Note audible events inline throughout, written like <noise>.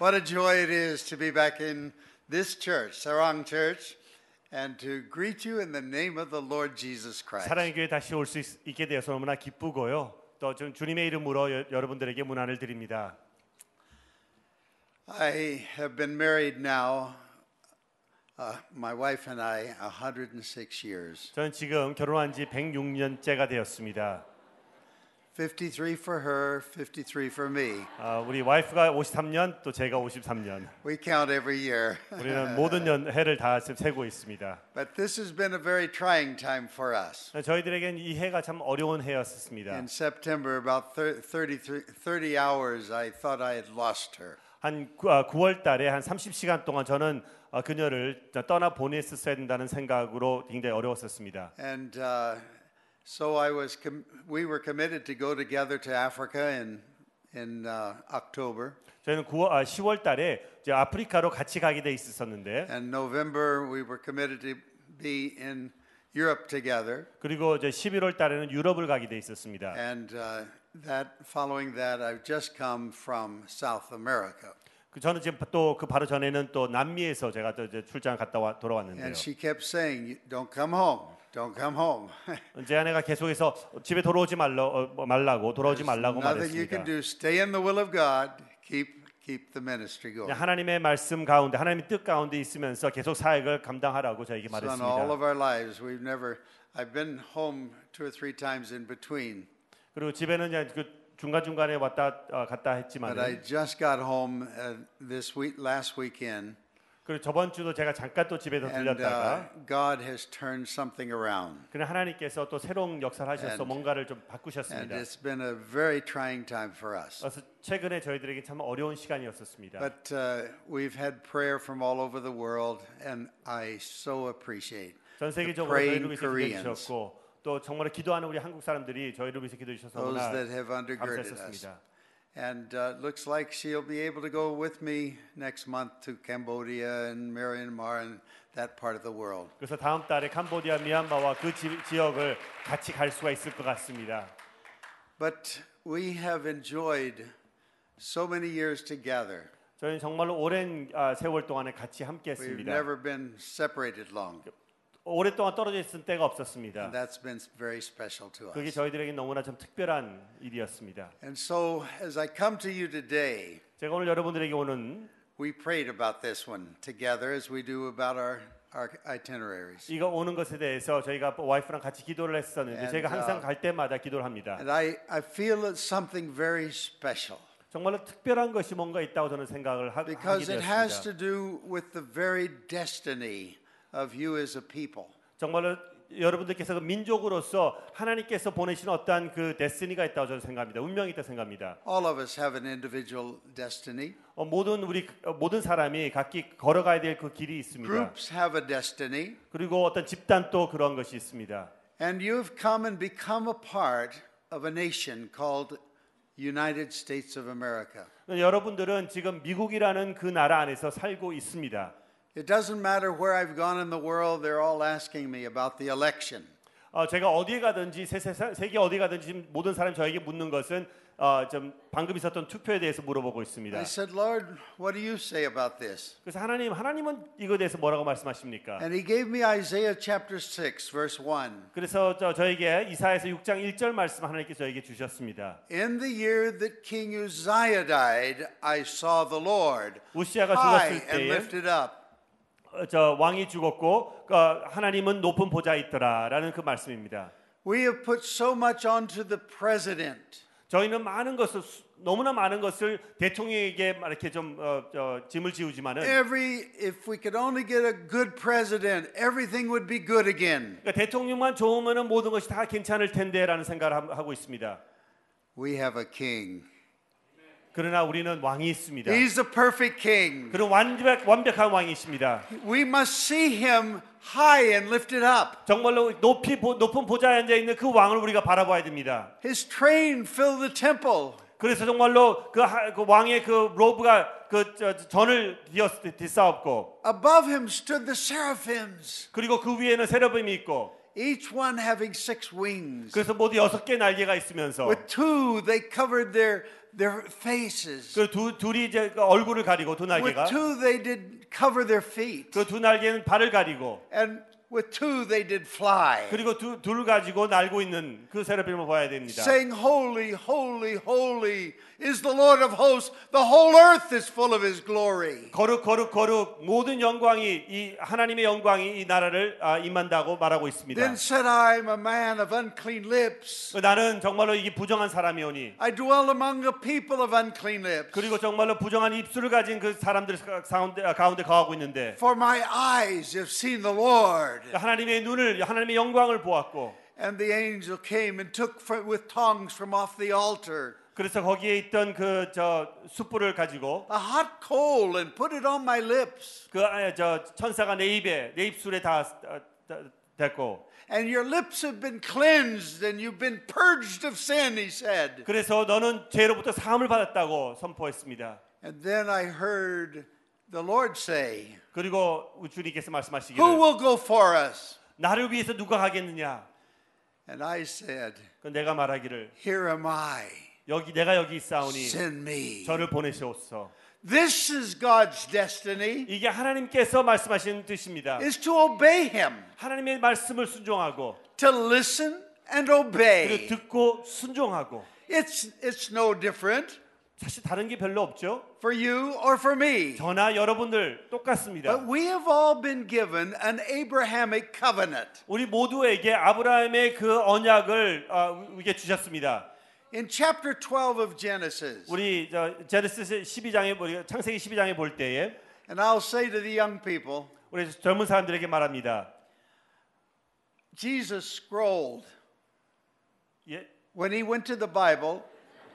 What a joy it is to be back in this church, Sarang Church, and to greet you in the name of the Lord Jesus Christ. 사랑의 교회 다시 올 수 있게 되어서 너무나 기쁘고요. 또 좀 주님의 이름으로 여, 여러분들에게 문안을 드립니다. I have been married now, uh, my wife and I, 106 years. 저는 지금 결혼한 지 106년째가 되었습니다. 53 for her, 53 for me. 아, 우리 와이프가 53년, 또 제가 53년. We count every year. 우리는 모든 연 해를 다 지금 세고 있습니다. <laughs> but this has been a very trying time for us. 저희들에겐 이 해가 참 어려운 해였습니다. In September, about thir- 33 30 hours, I thought I had lost her. 한 9월 달에 한 30시간 동안 저는 어, 그녀를 떠나 보냈어야 된다는 생각으로 굉장히 어려웠었습니다. And uh, so I was com- we were committed to go together to Africa in, in uh, October. 저희는 9월, 아, 10월 달에 이제 아프리카로 같이 가게 돼 있었는데 And November, we were committed to be in Europe together. 그리고 이제 11월 달에는 유럽을 가게 돼 있었습니다. And uh, that following that, I've just come from South America. 그 저는 지금 또 그 바로 전에는 또 남미에서 제가 또 이제 출장 갔다 와, 돌아왔는데요. And she kept saying, "You- Don't come home, don't come home. 제 아내가 계속해서 집에 돌아오지 말라, 어, 뭐 말라고 돌아오지 네, <laughs> 말라고 Nothing you 말했습니다. can do. Stay in the will of God, keep, keep the ministry 그냥 going. 하나님의 말씀 가운데 하나님의 뜻 가운데 있으면서 계속 사역을 감당하라고 저에게 So in all 말했습니다. of our lives, we've never, I've been home two or three times in between, 그리고 집에는 그냥 그 중간 중간에 왔다 어, 갔다 but I 했지만 just got home uh, this week, last weekend, 그리고 저번 주도 제가 잠깐 또 집에서 and uh, 들렸다가 God has turned something around. 그냥 하나님께서 또 새로운 역사를 And- 하셔서 뭔가를 좀 And 바꾸셨습니다. it's been a very trying time for us. 그래서 최근에 저희들에게 참 어려운 시간이었었습니다. But uh, we've had prayer from all over the world, and I so appreciate 전 the 세계적으로 저희를 praying 위해서 기도해 Koreans, 주셨고 또 정말 기도하는 우리 한국 사람들이 저희를 위해서 기도해 주셔서 those 너무나 that have undergirded us. 감사했었습니다. And uh, it looks like she'll be able to go with me next month to Cambodia and Myanmar and that part of the world. 그래서 다음 달에 캄보디아, 미얀마와 그 지, 지역을 같이 갈 수가 있을 것 같습니다. But we have enjoyed so many years together. 저희는 정말로 오랜 아, 세월 동안에 같이 We've 함께했습니다. never been separated long. 오랫동안 떨어져 있을 때가 없었습니다. And that's been very special to 그게 us. 저희들에게 너무나 좀 특별한 일이었습니다. And so, as I come to you today, 제가 오늘 여러분들에게 오는 we prayed about this one together as we do about our, our itineraries. 이거 오는 것에 대해서 저희가 와이프랑 같이 기도를 했었는데 And, 제가 항상 uh, 갈 때마다 기도를 합니다. And I, I feel it's something very special. 정말로 특별한 것이 뭔가 있다고 저는 생각을 하, 하게 Because it has 되었습니다. to do with the very destiny of you as a people. 정말로 여러분들께서 그 민족으로서 하나님께서 보내신 어떠한 그 데스니가 있다고 저는 생각합니다. 운명이 있다고 생각합니다. All of us have an individual destiny. 어, 모든 우리 어, 모든 사람이 각기 걸어가야 될 그 길이 있습니다. Groups have a destiny. 그리고 어떤 집단 또 그런 것이 있습니다. And you've come and become a part of a nation called United States of America. 여러분들은 지금 미국이라는 그 나라 안에서 살고 있습니다. It doesn't matter where I've gone in the world, they're all asking me about the election. 어, 제가 어디에 가든지 세, 세, 세계 어디 가든지 지금 모든 사람이 저에게 묻는 것은 어, 좀 방금 있었던 투표에 대해서 물어보고 있습니다. I said, Lord, what do you say about this? 그래서 하나님 하나님은 이거에 대해서 뭐라고 말씀하십니까? And he gave me Isaiah chapter 6, verse 1. 그래서 저, 저에게 이사에서 6장 1절 말씀 하나님께서 저에게 주셨습니다. In the year that King Uzziah died, I saw the Lord 우시아가 high 죽었을 and 때에 lifted up, 어, 저 왕이 죽었고 어, 하나님은 높은 보좌에 있더라라는 그 말씀입니다. we have put so much onto the president. 저희는 많은 것을 수- 너무나 많은 것을 대통령에게 막 이렇게 좀 어, 저, 짐을 지우지만은 Every if we could only get a good president, everything would be good again. 그러니까 대통령만 좋으면은 모든 것이 다 괜찮을 텐데라는 생각을 함- 하고 있습니다. We have a king. 그러나 우리는 왕이 있습니다. He's the perfect king. 그런 완벽 완벽한 왕이십니다. We must see him high and lifted up. 정말로 높이 보- 높은 보좌에 앉아 있는 그 왕을 우리가 바라봐야 됩니다. His train filled the temple. 그래서 정말로 그, 하- 그 왕의 그 로브가 그 저- 저- 전을 뒤었, 뒤싸웠고 Above him stood the seraphims, 그리고 그 위에는 세러빔이 있고 each one having six wings. 그래서 모두 여섯 개 날개가 있으면서 With two, they covered their their faces. 그 두, 둘이 이제 그 얼굴을 가리고 두 With 날개가 two, they did cover their feet, 그 두 날개는 발을 가리고 and with two, they did fly, 그리고 두, 둘 가지고 날고 있는 그 세라핌을 봐야 됩니다. saying, Holy, holy, holy is the Lord of hosts. The whole earth is full of his glory. 거룩 거룩 거룩 모든 영광이 이 하나님의 영광이 이 나라를 아, 임한다고 말하고 있습니다. Then said I, am a man of unclean lips. 그 나는 정말로 이게 부정한 사람이오니 I dwell among a people of unclean lips. 그리고 정말로 부정한 입술을 가진 그 사람들 가- 가운데 아, 가운데 거하고 있는데 For my eyes have seen the Lord. 하나님의 눈을 하나님의 영광을 보았고 And the angel came and took fr- with tongs from off the altar 그래서 거기에 있던 그 저 숯불을 가지고 a hot coal and put it on my lips. 그저 천사가 내 입에 내 입술에 다 아, 다- 댔고 And your lips have been cleansed and you've been purged of sin, he said. 그래서 너는 죄로부터 사함을 받았다고 선포했습니다. And then I heard the Lord say, 그리고 주님께서 Who 말씀하시기를 will go for us? 나를 위해서 누가 가겠느냐? And I said, 그 내가 말하기를 Here am I, 여기 내가 여기 있사오니 send me. 저를 보내시옵소서. This is God's destiny, 이게 하나님께서 말씀하신 뜻입니다. is to obey him, 하나님의 말씀을 순종하고 to listen and 그리고 obey. 듣고 순종하고 It's, it's no different 사실 다른 게 별로 없죠. for you or for me. 저나 여러분들 But 똑같습니다. we have all been given an Abrahamic covenant. 우리 모두에게 아브라함의 그 언약을 아, 우리에게 주셨습니다. In chapter 12 of Genesis, 우리 저 제네시스 12장에 우리가 창세기 12장에 볼 때에 and I'll say to the young people, 우리 젊은 사람들에게 말합니다. Jesus scrolled. 예, When he went to the Bible,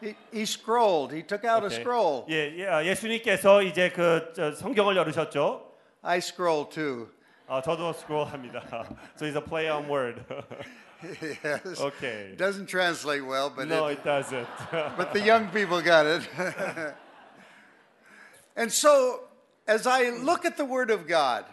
he, he scrolled. He took out a 오케이. scroll. 예, 예, 아, 예수님께서 이제 그 저, 성경을 열으셨죠. I scroll too. <laughs> 아, 저도 스크롤합니다. <laughs> so it's a play on word. <laughs> yes. okay. Doesn't translate well, but No, it, it doesn't. <laughs> but the young people got it. <laughs> and so, as I look at the Word of God,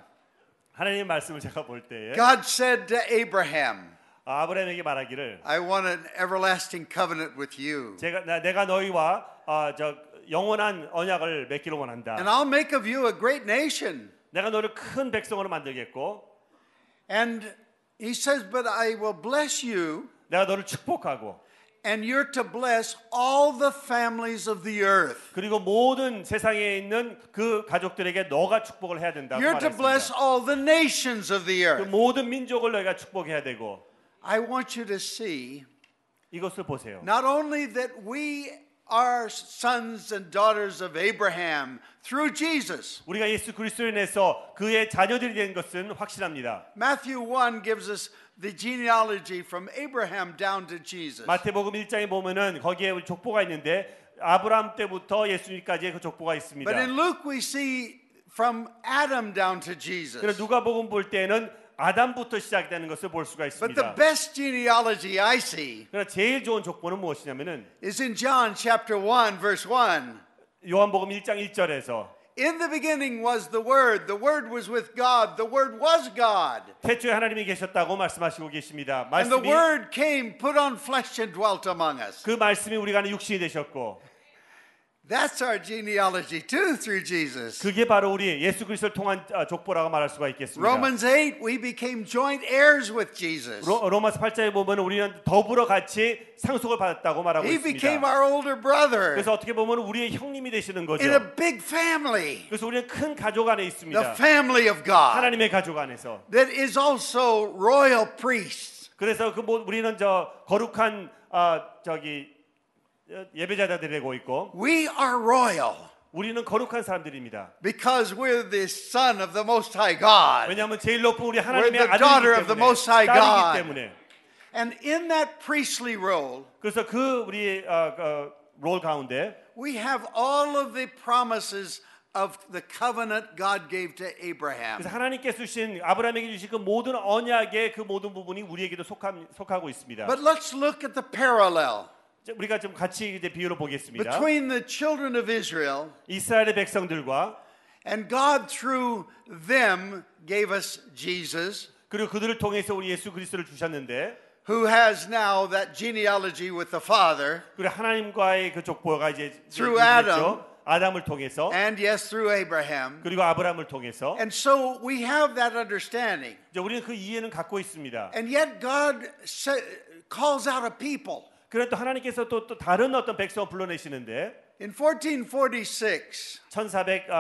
하나님 말씀을 제가 볼 때에 God said to Abraham, 아, 아브라함에게 말하기를 I want an everlasting covenant with you, 제가 나, 내가 너희와 아, 저 영원한 언약을 맺기를 원한다. and I'll make of you a great nation. 내가 너를 큰 백성으로 만들겠고 And he says, But I will bless you, 내가 너를 축복하고 and you're to bless all the families of the earth. 그리고 모든 세상에 있는 그 가족들에게 너가 축복을 해야 된다고 You're to bless 말했습니다. all the nations of the 그 earth. 모든 민족을 너희가 축복해야 되고 I want you to see 이것을 보세요. not only that we are sons and daughters of Abraham through Jesus. 우리가 예수 그리스도를 내서 그의 자녀들이 된 것은 확실합니다. Matthew 1 gives us the genealogy from Abraham down to Jesus. 마태복음 1장에 보면은 거기에 우리 족보가 있는데 아브라함 때부터 예수님까지의 그 족보가 있습니다. But in Luke, we see from Adam down to 그래서 Jesus. 누가복음 볼 때는 아담부터 시작되는 것을 볼 수가 But the 있습니다. best genealogy I see 그러나 제일 좋은 족보는 무엇이냐면은 is in John chapter 1, verse 1. 요한복음 1장 1절에서 In the beginning was the Word, the Word was with God, the Word was God. 태초에 하나님이 계셨다고 말씀하시고 계십니다. And the 말씀이 Word came, put on flesh, and dwelt among us. 그 말씀이 우리가 하는 육신이 되셨고 That's our genealogy too through Jesus. 그게 바로 우리 예수 그리스도를 통한 아, 족보라고 말할 수가 있겠습니다. Romans 8, we became joint heirs with Jesus. 로, 로마서 8장에 보면 우리는 더불어 같이 상속을 받았다고 말하고 He became 있습니다. our older brother 그래서 어떻게 보면 우리의 형님이 되시는 거죠. in a big family, 그래서 우리는 큰 가족 안에 the 있습니다. family of God, 하나님의 가족 안에서. that is also royal priests. 그래서 그 뭐, 우리는 저 거룩한 아 저기 예배자들이 되고 있고 We are royal 우리는 거룩한 사람들입니다. because we're the son of the Most High God. 왜냐하면 제일 높은 우리 하나님의 We're the daughter 아들이기 of the 때문에 Most High God. 딸이기 때문에 And in that priestly role, 그래서 그 우리 아, 어, 롤 가운데 we have all of the promises of the covenant God gave to Abraham. 그래서 하나님께서 주신 아브라함에게 주신 그 모든 언약의 그 모든 부분이 우리에게도 속함, 속하고 있습니다. But let's look at the parallel 자, 우리가 좀 같이 이제 비유를 보겠습니다. between the children of Israel 이스라엘의 백성들과 and God through them gave us Jesus 그리고 그들을 통해서 우리 예수 그리스도를 주셨는데 who has now that genealogy with the Father, 그리고 하나님과의 그 족보가 이제 Through 얘기했죠. Adam. 아담을 통해서 and yes, through Abraham. 그리고 아브라함을 통해서 And so we have that understanding. 이제 우리는 그 이해는 갖고 있습니다. And yet God sa- calls out a people. 그래도 하나님께서 또, 또 다른 어떤 백성을 불러내시는데 In 1446,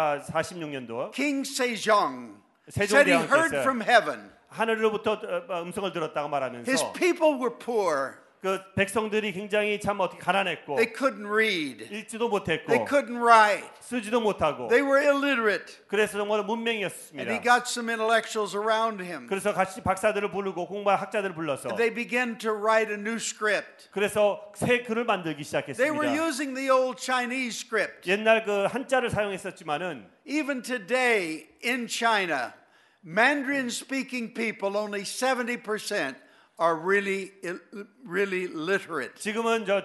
1446년도 King Sejong 세종 said he 대왕께서 heard from heaven. 하늘로부터 어, 어, 음성을 들었다고 말하면서 His people were poor. 그 백성들이 굉장히 참 어떻게 가난했고 They couldn't read. They 읽지도 못했고 couldn't write. 쓰지도 못하고 They were illiterate. 그래서 정말 And he 문맹이었습니다. got some intellectuals around him. 그래서 같이 박사들을 부르고 공부한 학자들을 불러서 They began to write a new script. 그래서 새 글을 만들기 They were 시작했습니다. using the old Chinese script. 옛날 그 한자를 사용했었지만은 Even today in China, Mandarin speaking people, only 70% are really, ill- really literate. 지금은 저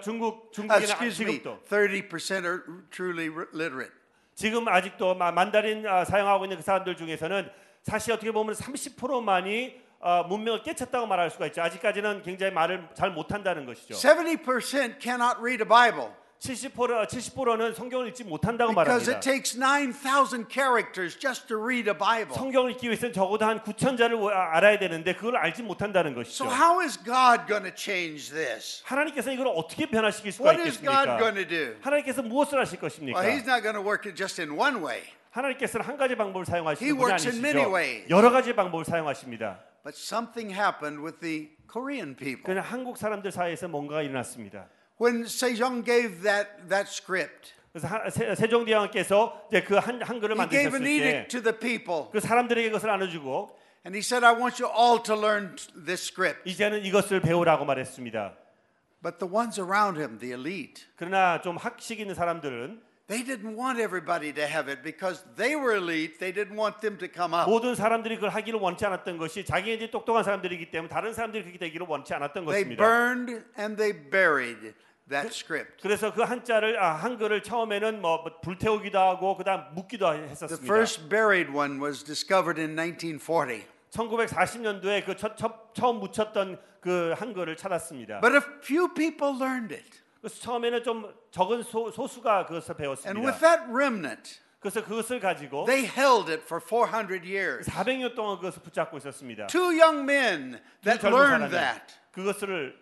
Uh, 중국 중국이나 excuse me, 지금도 30% are truly r- literate. 지금 아직도 마- 만다린 아, 사용하고 있는 그 사람들 중에서는 사실 어떻게 보면 30%만이 아, 문명을 깨쳤다고 말할 수가 있죠. 아직까지는 굉장히 말을 잘 못한다는 것이죠. 70% cannot read a Bible 70% 70%는 어, 성경을 읽지 못한다고 because 말합니다. it takes 9,000 characters just to read a Bible. 성경을 읽기 위해서는 적어도 한 9천자를 알아야 되는데 그걸 알지 못한다는 것이죠. So, how is God going to change this? 하나님께서 이걸 어떻게 변화시킬 수가 What is God 있겠습니까? going to do? 하나님께서 무엇을 하실 것입니까? Well, He's not going to work it just in one way, 하나님께서는 한 가지 방법을 He 사용하시는 분이 works in many 아니시죠. ways. 여러 가지 방법을 사용하십니다. but something happened with the Korean people. 그냥 한국 사람들 사이에서 뭔가가 일어났습니다. When Sejong gave that, that script, 그래서 하- 세- 세종대왕께서 이제 그 한, 한글을 he gave an 만드셨을 edict 때그 to the people, 사람들에게 그것을 나눠주고 and he said, I want you all to learn this script. 이제는 이것을 배우라고 말했습니다. But the ones around him, the elite, 그러나 좀 학식 있는 사람들은 they didn't want everybody to have it because they were elite. They didn't want them to come up. 모든 사람들이 그걸 하기를 원치 않았던 것이 자기네들이 똑똑한 사람들이기 때문에 다른 사람들이 그렇게 되기를 원치 않았던 They 것입니다. burned and they buried that script. 그래서 그 한자를 아, 한글을 처음에는 뭐 불태우기도 하고 그다음 묻기도 The 했었습니다. first buried one was discovered in 1940. 1940년도에 그 첫, 첫, 처음 묻혔던 그 한글을 찾았습니다. But a few people learned it. 그래서 처음에는 좀 적은 소, 소수가 그것을 And 배웠습니다. with that remnant, 그래서 그것을 가지고 they held it for 400 years. 400년 동안 그것을 붙잡고 있었습니다. Two young men that 젊은 learned 사람이 that. 그것을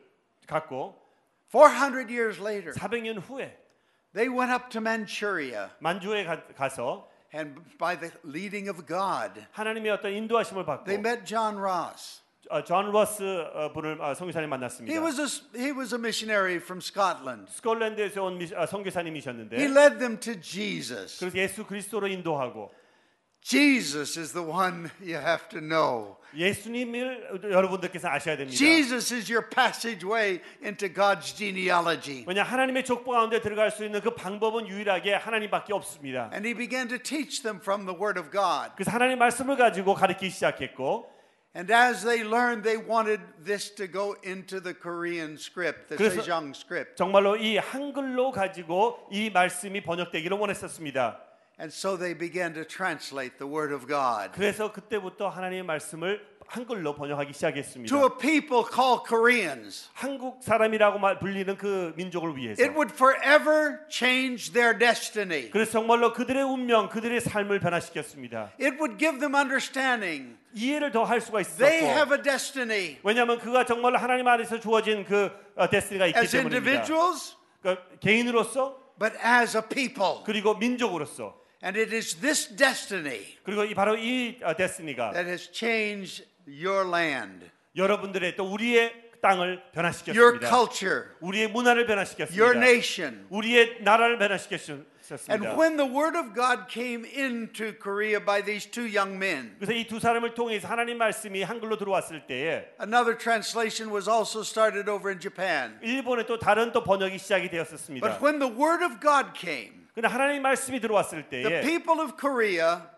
갖고 400 years later, 400년 후에 they went up to Manchuria 만주에 가, 서 and by the leading of God, 하나님의 어떤 인도하심을 받고 they met John Ross. 어, 존 러스 어, 분을 어, 성교사님 He 만났습니다. was a, s- he was a missionary from Scotland. 스콜랜드에서 온 미- 아, He 성교사님이셨는데 led them to Jesus. 그래서 예수 그리스도로 인도하고 Jesus is the one you have to know. 예수님을 여러분들께서 아셔야 됩니다. Jesus is your passageway into God's genealogy. 왜냐 하나님의 족보 가운데 들어갈 수 있는 그 방법은 유일하게 하나님밖에 없습니다. And he began to teach them from the Word of God. 그래서 하나님 말씀을 가지고 가르치기 시작했고 And as they learned, they wanted this to go into the Korean script, the 그래서- Sejong script. 정말로 이 한글로 가지고 이 말씀이 번역되기를 원했었습니다. And so they began to translate the Word of God 그래서 그때부터 하나님의 말씀을 한글로 번역하기 시작했습니다. to a people called Koreans. 한국 사람이라고 말- 불리는 그 민족을 위해서. It would forever change their destiny. 그래서 정말로 그들의 운명, 그들의 삶을 변화시켰습니다. It would give them understanding. 이해를 더 할 수가 They have 있었고. a destiny 왜냐하면 그가 정말로 하나님 안에서 주어진 그 어, 데스티니가 있기 as 때문입니다. individuals, 그러니까 개인으로서 but as a people. 그리고 민족으로서 And it is this destiny 그리고 이 바로 이 어, 데스티니가 that has changed your land, 여러분들의 또 우리의 땅을 your 변화시켰습니다. culture, 우리의 문화를 your 변화시켰습니다. nation. 우리의 나라를 And 변화시켰습니다. when the word of God came into Korea by these two young men, 그래서 이 두 사람을 통해서 하나님 말씀이 한글로 들어왔을 때에 another translation was also started over in Japan. 일본에 또 다른 또 번역이 시작이 되었었습니다. But when the word of God came, 근데 하나님 말씀이 들어왔을 the 때에 people of Korea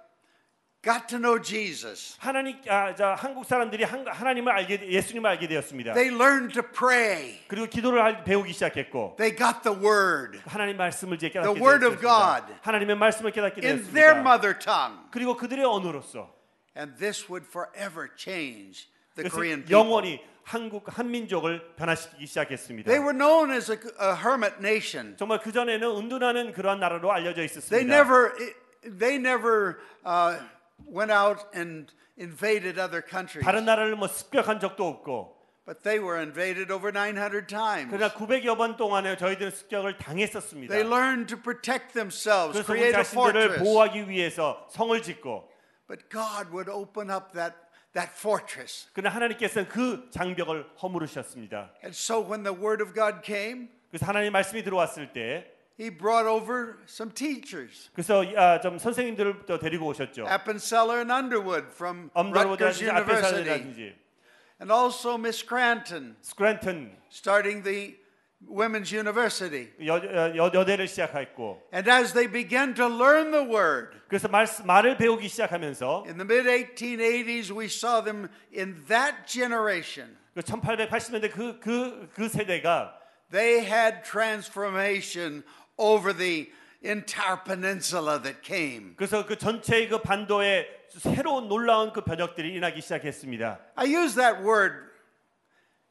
got to know Jesus. 하나님 아, 자, 한국 사람들이 한, 하나님을 알게 예수님을 알게 되었습니다. They learned to pray. 그리고 기도를 알- 배우기 시작했고 They got the word 하나님 말씀을 이제 깨닫게 The word of 되었습니다. God. 하나님의 말씀을 깨닫게 in their 되었습니다. mother tongue. 그리고 그들의 언어로서 And this would forever change the 그래서 Korean people. 영원히 한국 한민족을 변화시키기 시작했습니다. They were known as a, a hermit nation. 정말 그 전에는 은둔하는 그러한 나라로 알려져 있었습니다. They never, they never uh, went out and invaded other countries, 다른 나라를 뭐 습격한 적도 없고 but they were invaded over 900 times. 그러나 900여 번 동안에 저희들은 습격을 당했었습니다. They learned to protect themselves, 그래서 우리 create a 자신들을 fortress. 보호하기 위해서 성을 짓고 But God would open up that, that fortress. 그러나 하나님께서는 그 장벽을 허물으셨습니다. And so when the word of God came, 그래서 하나님 말씀이 들어왔을 때 he brought over some teachers, 그래서 아, 좀 선생님들을 또 데리고 오셨죠. Appenzeller and Underwood from Rutgers 엄더로드라든지 University, 앞에서라든지 and also Miss Cranton, 스크랜턴 starting the Women's University. 여, 여, 여대를 시작했고 And as they began to learn the word, 그래서 말, 말을 배우기 시작하면서 in the mid 1880s, we saw them in that generation. 그 1880년대 그, 그, 그 세대가 They had transformation over the entire peninsula that came. 그래서 그 전체의 그 반도에 새로운 놀라운 그 변혁들이 일어나기 시작했습니다. I use that word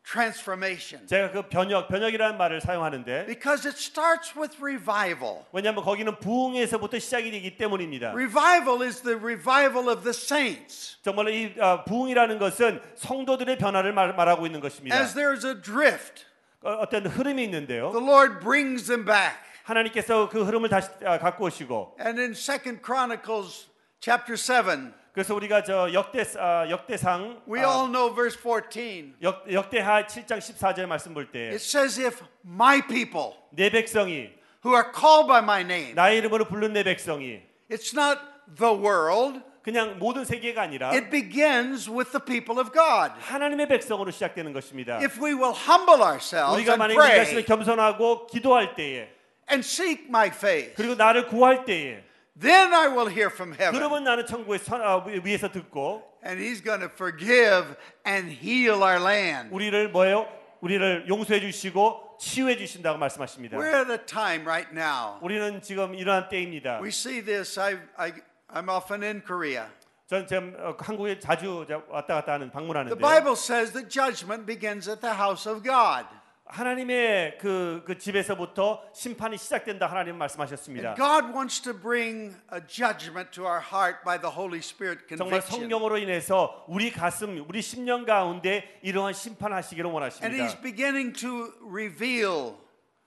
transformation 제가 그 변혁 변혁이라는 말을 사용하는데 because it starts with revival. 왜냐하면 거기는 부흥에서부터 시작이 되기 때문입니다. Revival is the revival of the saints 정말 이 아, 부흥이라는 것은 성도들의 변화를 말, 말하고 있는 것입니다. as there is a drift. 어, 어떤 흐름이 있는데요. The Lord brings them back. 하나님께서 그 흐름을 다시 아, 갖고 오시고 And in Second Chronicles chapter 7, 그래서 우리가 저 역대 아, 역대상 we 아, all know verse 14. 역, 역대하 7장 14절 말씀 볼 때 It 내 says if my people 백성이 who are called by my name, 나의 이름으로 부른 내 백성이 it's not the world, 그냥 모든 세계가 아니라 It begins with the people of God. 하나님의 백성으로 시작되는 것입니다. If we will humble ourselves 우리가 and 만약에 우리 자신을 pray 겸손하고 기도할 때에 and seek my face, 그리고 나를 구할 때에 then I will hear from heaven. 그러면 나는 천국의 선, 아, 위- 위에서 듣고 And he's going to forgive and heal our land. 우리를 뭐예요? 우리를 용서해 주시고 치유해 주신다고 말씀하십니다. We're at a time right now. 우리는 지금 이러한 때입니다. We see this. I, I, I'm often in Korea. 전 지금 어, 한국에 자주 자- 왔다 갔다 하는 The 방문하는데 Bible says that judgment begins at the house of God. 하나님의 그, 그 집에서부터 심판이 시작된다 하나님 말씀하셨습니다. And God wants to bring a judgment to our heart by the Holy Spirit 정말 conviction. 성령으로 인해서 우리 가슴, 우리 심령 가운데 이러한 심판하시기를 And 원하십니다. he's beginning to reveal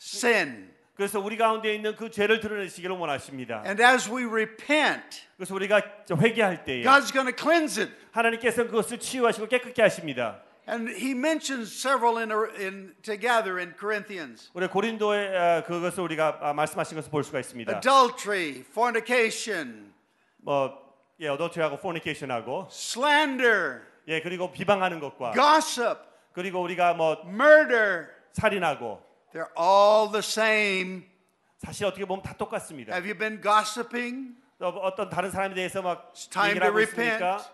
sin. 그래서 우리 가운데 있는 그 죄를 드러내시기를 원하십니다. And as we repent, 그래서 우리가 회개할 때에 God's going to cleanse it. 하나님께서 그것을 치유하시고 깨끗게 하십니다. And he mentions several in, a, in together in Corinthians. 우리 고린도에 아, 그것을 우리가 아, 말씀하신 것을 볼 수가 있습니다. Adultery, fornication, 뭐 예, 어도트하고 포니케이션하고 slander, 예, 그리고 비방하는 것과 gossip, 그리고 우리가 뭐 murder, 살인하고 they're all the same. 사실 어떻게 보면 다 똑같습니다. Have you been gossiping? 어, 어떤 다른 사람에 대해서 막 It's time 얘기를 to 하고 있으니까 repent.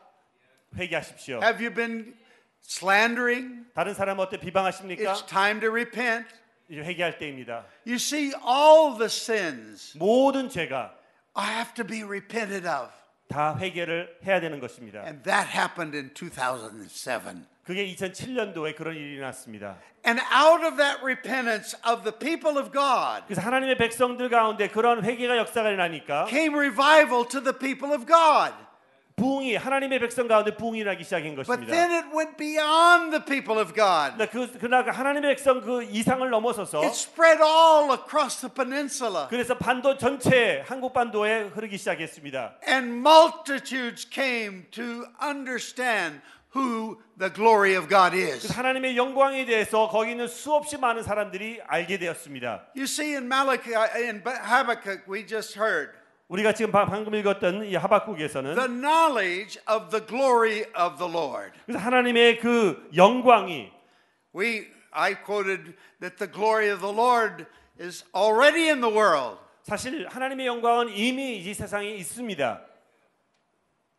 회개하십시오. Have you been slandering? 다른 사람 어때 비방하십니까? It's time to repent. 이제 회개할 때입니다. You see, all the sins 모든 죄가 I have to be repented of. 다 회개를 해야 되는 것입니다. And that happened in 2007. 그게 2007년도에 그런 일이 났습니다. And out of that repentance of the people of God 그래서 하나님의 백성들 가운데 그런 회개가 역사가 일어나니까 came revival to the people of God. 부흥이 하나님의 백성 가운데 부흥이 나기 시작한 But 것입니다. then it went beyond the people of God. 그러나 그 그러나 그 하나님의 백성 그 이상을 넘어서서 It spread all across the peninsula. 그래서 반도 전체 한국 반도에 흐르기 시작했습니다. And multitudes came to understand who the glory of God 그래서 is. 하나님의 영광에 대해서 거기 있는 수없이 많은 사람들이 알게 되었습니다. You see, in Malachi, in Habakkuk, we just heard 우리가 지금 방- 방금 읽었던 이 하박국에서는 the knowledge of the glory of the Lord. 그래서 하나님의 그 영광이 We, I quoted that the glory of the Lord is already in the world. 사실 하나님의 영광은 이미 이 세상에 있습니다.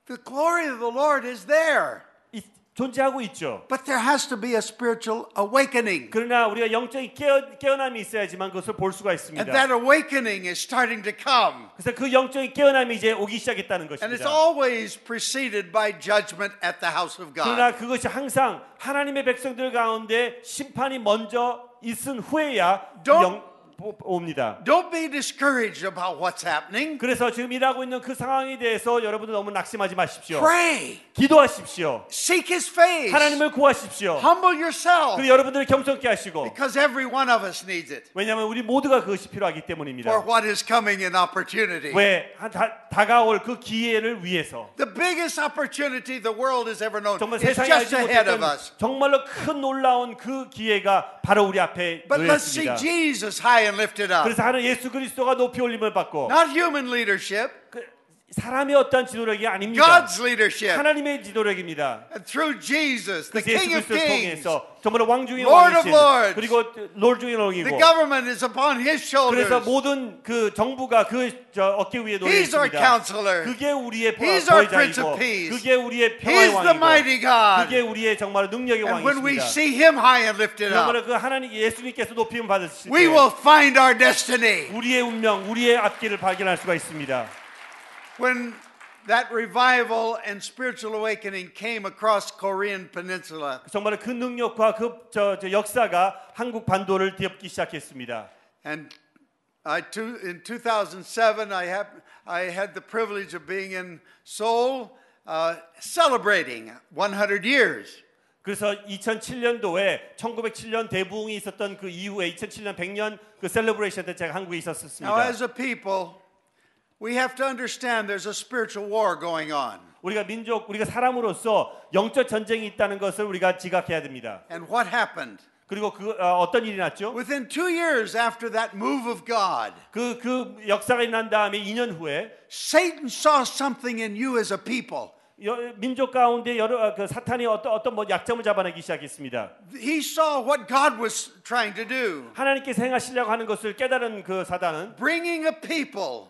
The glory of the Lord is there. 있- 존재하고 있죠. But there has to be a spiritual awakening. 그러나 우리가 영적인 깨어, 깨어남이 있어야지만 그것을 볼 수가 있습니다. And that awakening is starting to come. 그래서 그 영적인 깨어남이 이제 오기 시작했다는 And it's 것입니다. always preceded by judgment at the house of God. 그러나 그것이 항상 하나님의 백성들 가운데 심판이 먼저 있은 후에야 그 Don't- 영, 오- 옵니다. Don't be discouraged about what's happening. 그래서 지금 일하고 있는 그 상황에 대해서 여러분들 너무 낙심하지 마십시오. Pray. 기도하십시오. Seek his face. 하나님을 구하십시오. Humble yourself. 그리고 여러분들을 겸손케 하시고 Because every one of us needs it 왜냐하면 우리 모두가 그것이 필요하기 for 때문입니다. what is coming in opportunity. 왜 하- 다, 다가올 그 기회를 위해서 The biggest opportunity the world has ever known 정말 is 세상에 just 알지 ahead 못했던 of us. 정말로 큰 놀라운 그 기회가 바로 우리 앞에 But 놓여 let's see 있습니다. Jesus high and lifted up. 그래서 하는 예수 그리스도가 높이 올림을 받고 Not human leadership, 그 사람의 어떤 지도력이 아닙니다. God's leadership. 하나님의 지도력입니다. And through Jesus, the 그래서 예수 King of 그리스도를 Kings, 통해서 정말 왕 중의 Lord of 왕이신 Lords. 그리고 롤 the 중의 롤이고 government is upon his shoulders. 그래서 모든 그 정부가 그 저 어깨 위에 놓여 He's our 있습니다. counselor. 그게 우리의 보- He's our Prince 보좌이고 of Peace. 그게 우리의 He's 평화의 the 왕이고 mighty God. 그게 우리의 정말 능력의 And when we 왕이십니다. see him high and lifted up, 그러므로 그 하나님 예수님께서 높임 받으실 we 때 will find our destiny. 우리의 운명, 우리의 앞길을 발견할 수가 있습니다. When that revival and spiritual awakening came across Korean Peninsula, 정말 그 능력과 그 저, 저 역사가 한국 반도를 뒤엎기 시작했습니다. and I too, in 2007, I, hap- I had the privilege of being in Seoul uh, celebrating 100 years. 그래서 2007년도에 1907년 대부흥이 있었던 그 이후에 2007년 100년 그 셀러브레이션 때 제가 한국에 Now, 있었습니다. as a people, we have to understand there's a spiritual war going on. 우리가 민족, 우리가 사람으로서 영적 전쟁이 있다는 것을 우리가 지각해야 됩니다. And what happened? 그리고 그 어, 떤 일이 났죠? Within two years after that move of God, 그 그 역사가 일어난 다음에 2년 후에 Satan saw something in you as a people. 여- 민족 가운데 여러 아, 그 사탄이 어떤 어떤 뭐 약점을 잡아내기 시작했습니다. He saw what God was trying to do. 하나님께서 행하시려고 하는 것을 깨달은 그 사단은 bringing a people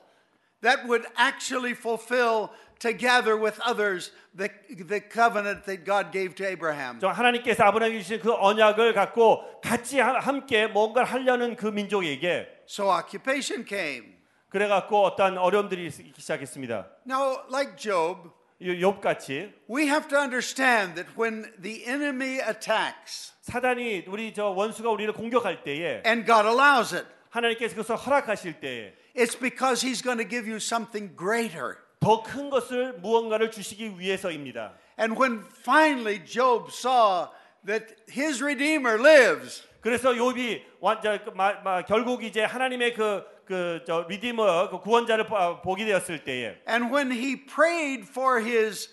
that would actually fulfill together with others the, the covenant that God gave to Abraham. 저 하나님께서 아브라함이 주신 그 언약을 갖고 같이 하- 함께 뭔가를 하려는 그 민족에게 So occupation came. 그래갖고 어떤 어려움들이 있기 시작했습니다. Now, like Job, 욥 같이 we have to understand that when the enemy attacks 사단이 우리 저 원수가 우리를 공격할 때에 and God allows it, 하나님께서 그것을 허락하실 때에 it's because he's going to give you something greater. 더 큰 것을 무언가를 주시기 위해서입니다. And when finally Job saw that his Redeemer lives, 그래서 욥이 완전 그 마- 마- 결국 이제 하나님의 그 그 저 리디머 그 구원자를 보- 아, 보게 되었을 때에 and when he prayed for his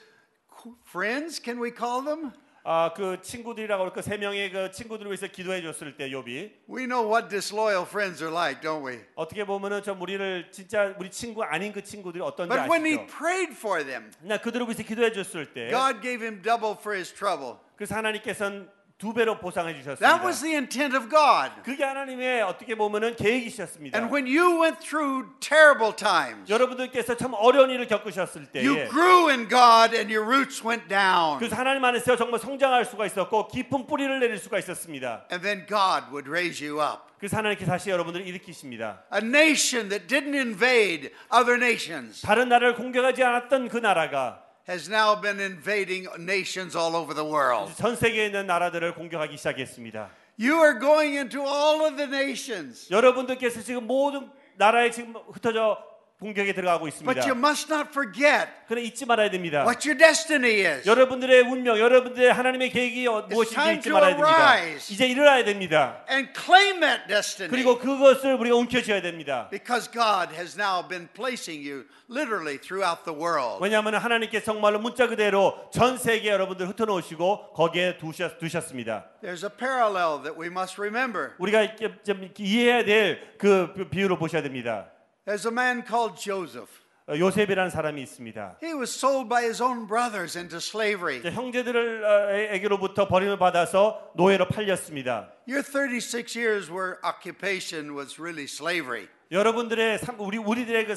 friends, can we call them? 아 그 친구들이라고 그 세 명의 그 친구들을 위해서 기도해 줬을 때 욥이 We know what disloyal friends are like, don't we? 어떻게 보면은 저 우리를 진짜 우리 친구 아닌 그 친구들이 어떤지 But when he 아시죠? prayed for them, 나 그들을 위해서 기도해 줬을 때 God gave him double for his trouble. 그래서 하나님께서는 두 배로 보상해 주셨습니다. That was the intent of God. 그게 하나님의 어떻게 보면은 계획이셨습니다. And when you went through terrible times, 여러분들께서 참 어려운 일을 겪으셨을 때 you grew in God and your roots went down. 그래서 하나님 안에서 정말 성장할 수가 있었고 깊은 뿌리를 내릴 수가 있었습니다. And then God would raise you up. 그래서 하나님께서 다시 여러분들을 일으키십니다. A nation that didn't invade other nations 다른 나라를 공격하지 않았던 그 나라가 has now been invading nations all over the world. 전 세계에 있는 나라들을 공격하기 시작했습니다. You are going into all of the nations, 여러분들께서 지금 모든 나라에 지금 흩어져 공격에 들어가고 있습니다. but you must not forget 그러나 잊지 말아야 됩니다. what your destiny is. 여러분들의 운명, 여러분들의 하나님의 계획이 어- 무엇인지 time 잊지 to 말아야 됩니다. arise. 네. 이제 일어나야 됩니다. and claim that destiny. 그리고 그것을 우리가 움켜쥐어야 됩니다. because God has now been placing you literally throughout the world. 왜냐하면 하나님께서 정말로 문자 그대로 전 세계 여러분들 흩어놓으시고 거기에 두셨, 두셨습니다. There's a parallel that we must remember. 우리가 이렇게 좀 이렇게 이해해야 될 그 비유를 보셔야 됩니다. There's a man called Joseph. 어, 요셉이라는 사람이 있습니다. He was sold by his own brothers into slavery. 이제 형제들에게로부터 버림을 받아서 노예로 팔렸습니다. Your 36 years where occupation was really slavery. 여러분들의 삼- 우리 우리들의 그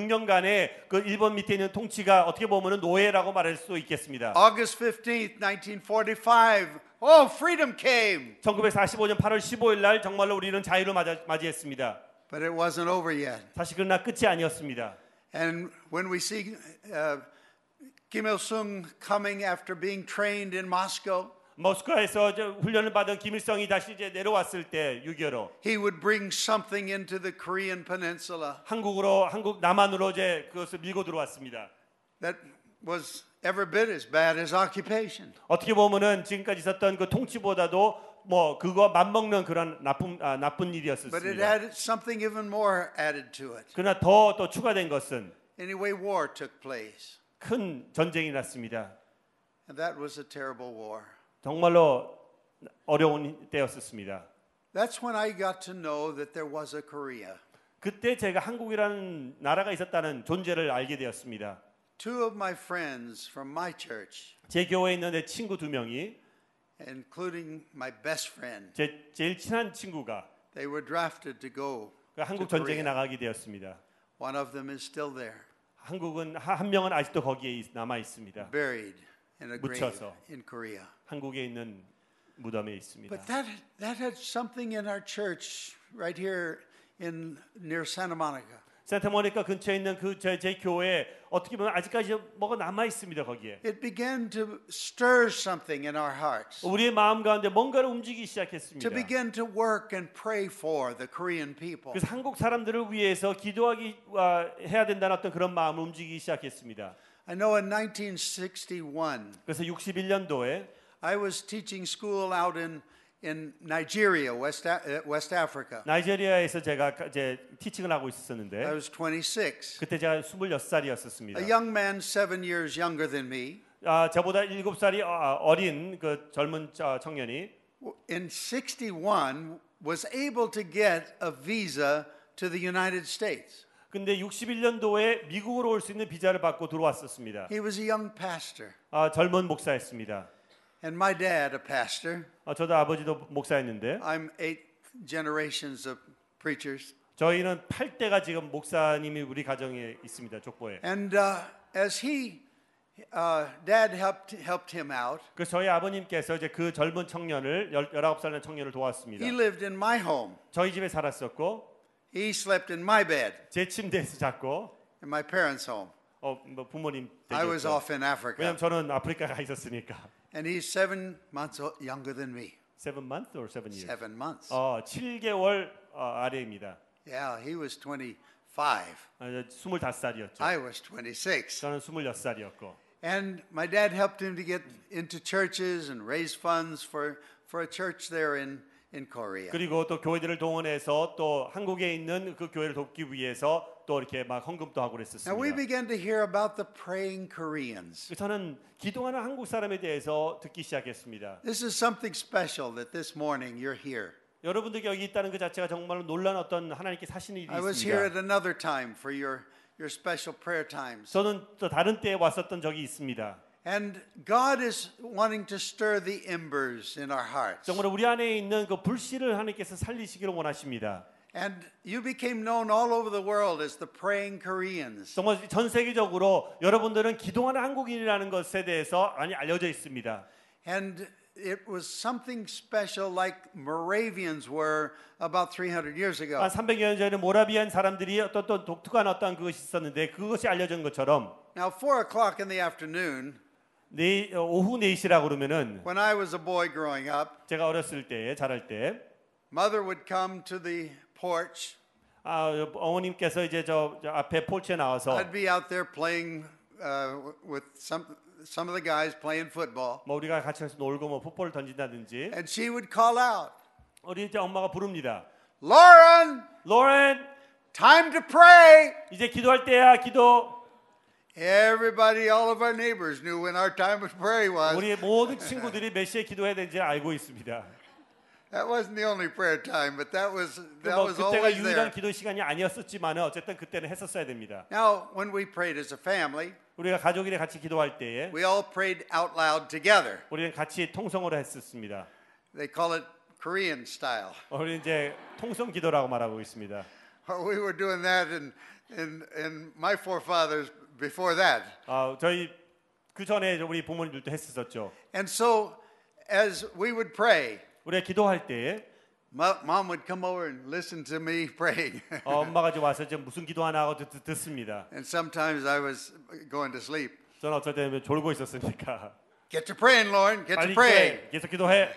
36년간의 그 일본 밑에 있는 통치가 어떻게 보면은 노예라고 말할 수도 있겠습니다. August 15th, 1945, oh, freedom came. 1945년 8월 15일 날 정말로 우리는 자유를 맞아, 맞이했습니다. But it wasn't over yet. 사실 그러나 끝이 아니었습니다. And when we see uh, Kim Il sung coming after being trained in Moscow, 모스크바에서 저 훈련을 받은 김일성이 다시 이제 내려왔을 때 6.25로 he would bring something into the Korean Peninsula 한국으로 한국 남한으로 이제 그것을 밀고 들어왔습니다. that was every bit as bad as occupation. 어떻게 보면은 지금까지 있었던 그 통치보다도 뭐 그거 맞먹는 그런 나쁜 아, 나쁜 But it 일이었습니다. had something even more added to it. 그러나 더 또 추가된 것은 Anyway, war took place, 큰 전쟁이 났습니다. and that was a terrible war. 정말로 어려운 때였었습니다. That's when I got to know that there was a Korea. 그때 제가 한국이라는 나라가 있었다는 존재를 알게 되었습니다. Two of my friends from my church, 제 교회에 있는 내 친구 두 명이 including my best friend, 제 제일 친한 친구가 they were drafted to go. 그 한국 to 전쟁에 Korea. 나가게 되었습니다. One of them is still there, 한국은 하- 한 명은 아직도 거기에 남아 있습니다. buried in a grave 묻혀서. in Korea. 한국에 있는 무덤에 있습니다. But that that had something in our church right here in near Santa Monica. 산타모니카 근처에 있는 그 제 교회 어떻게 보면 아직까지 뭐가 남아 있습니다 거기에. It began to stir something in our hearts. 우리의 마음 가운데 뭔가를 움직이기 To 시작했습니다. begin to work and pray for the Korean people. 그래서 한국 사람들을 위해서 기도하기 아, 해야 된다는 어떤 그런 마음을 움직이기 시작했습니다. I know in 1961, 그래서 61년도에 I was teaching school out in, in Nigeria, West, A- uh, West Africa. 나이지리아에서 제가 가- 이제 티칭을 하고 I 있었는데 was 26. 그때 제가 A 26살이었었습니다. young man seven years younger than me, 아, 저보다 7살이 어린 그 젊은 저- 청년이 w- in 61, was able to get a visa to the United States. 근데 61년도에 미국으로 올 수 있는 비자를 받고 들어왔었습니다. He was a young pastor, 아, 젊은 목사였습니다. and my dad, a pastor. 아, 저도 아버지도 목사였는데 I'm eight generations of preachers. 저희는 8대가 지금 목사님이 우리 가정에 있습니다. 족보에. And uh, as he, uh, dad helped, helped him out, 그래서 저희 아버님께서 이제 그 젊은 청년을 열- 19살 된 청년을 도왔습니다. he lived in my home. 저희 집에 살았었고 He slept in my bed, 제 침대에서 잤고 in my parents' home. 어, 뭐 부모님 I was 댁이었죠. off in Africa, 왜냐면 저는 아프리카가 있었으니까. and he's seven months o- younger than me. 7 month or 7 years. Seven months. 어, 7개월 어, 아래입니다. Yeah, he was 25. 아, 저 25살이었죠. I was 26. 저는 26살이었고. And my dad helped him to get into churches and raise funds for, for a church there in, in Korea. 그리고 또 교회들을 동원해서 또 한국에 있는 그 교회를 돕기 위해서 또 이렇게 막 헌금도 Now 하고 we 그랬었습니다. began to hear about the praying Koreans. 저는 기도하는 한국 사람에 대해서 듣기 시작했습니다. This is something special that this morning you're here. 여러분들이 여기 있다는 그 자체가 정말로 놀란 어떤 하나님께 사시는 일이 I was here at 있습니다. another time for your, your special prayer times. 저는 또 다른 때에 왔었던 적이 있습니다. And God is wanting to stir the embers in our hearts. 정말 우리 안에 있는 그 불씨를 하나님께서 살리시기를 원하십니다. And you became known all over the world as the praying Koreans. 정말 전 세계적으로 여러분들은 기도하는 한국인이라는 것에 대해서 많이 알려져 있습니다. And it was something special like Moravians were about 300 years 한 ago. 아, 300년 전에 모라비안 사람들이 어떤, 어떤 독특한 어떤 그것이 있었는데 그것이 알려진 것처럼 Now, 4 o'clock in the afternoon, 네, 어, 오후 4시라고 그러면은 when I was a boy growing up, 제가 어렸을 때 자랄 때 mother would come to the porch. 아, 어머님께서 이제 저, 저 앞에 폴치에 나와서 I'd be out there playing uh, w- with some, some of the guys playing football. 뭐 우리가 같이 해서 놀고 뭐 풋볼을 던진다든지 And she would call out, 우리 이제 엄마가 부릅니다. Lauren, 로렌 time to pray. 이제 기도할 때야 기도. Everybody, all of our neighbors knew when our time to pray was. 우리 모든 친구들이 몇 시에 기도해야 되는지 알고 있습니다. That wasn't the only prayer time, but that was that 뭐 was 그때가 always 유일한 there. 기도 시간이 아니었었지만 어쨌든 그때는 했었어야 됩니다. Now, when we prayed as a family, 우리가 가족이랑 같이 기도할 때에 we all prayed out loud together. 우리는 같이 통성으로 했었습니다. They call it Korean style. <laughs> 우리 이제 통성 기도라고 말하고 있습니다. we were doing that, and, and, and my forefathers before that. 아, 저희 그 전에 우리 부모님들도 했었죠. And so, as we would pray, 우리가 기도할 때 mo- mom would come over and listen to me <laughs> praying. 어, 엄마가 좀 와서 지금 무슨 기도하나 하고 듣, 듣습니다. and sometimes I was going to sleep. 저는 어쩔 때면 졸고 있었으니까 Get to praying, Lauren. Get to 빨리 praying. 기도해. 계속 기도해.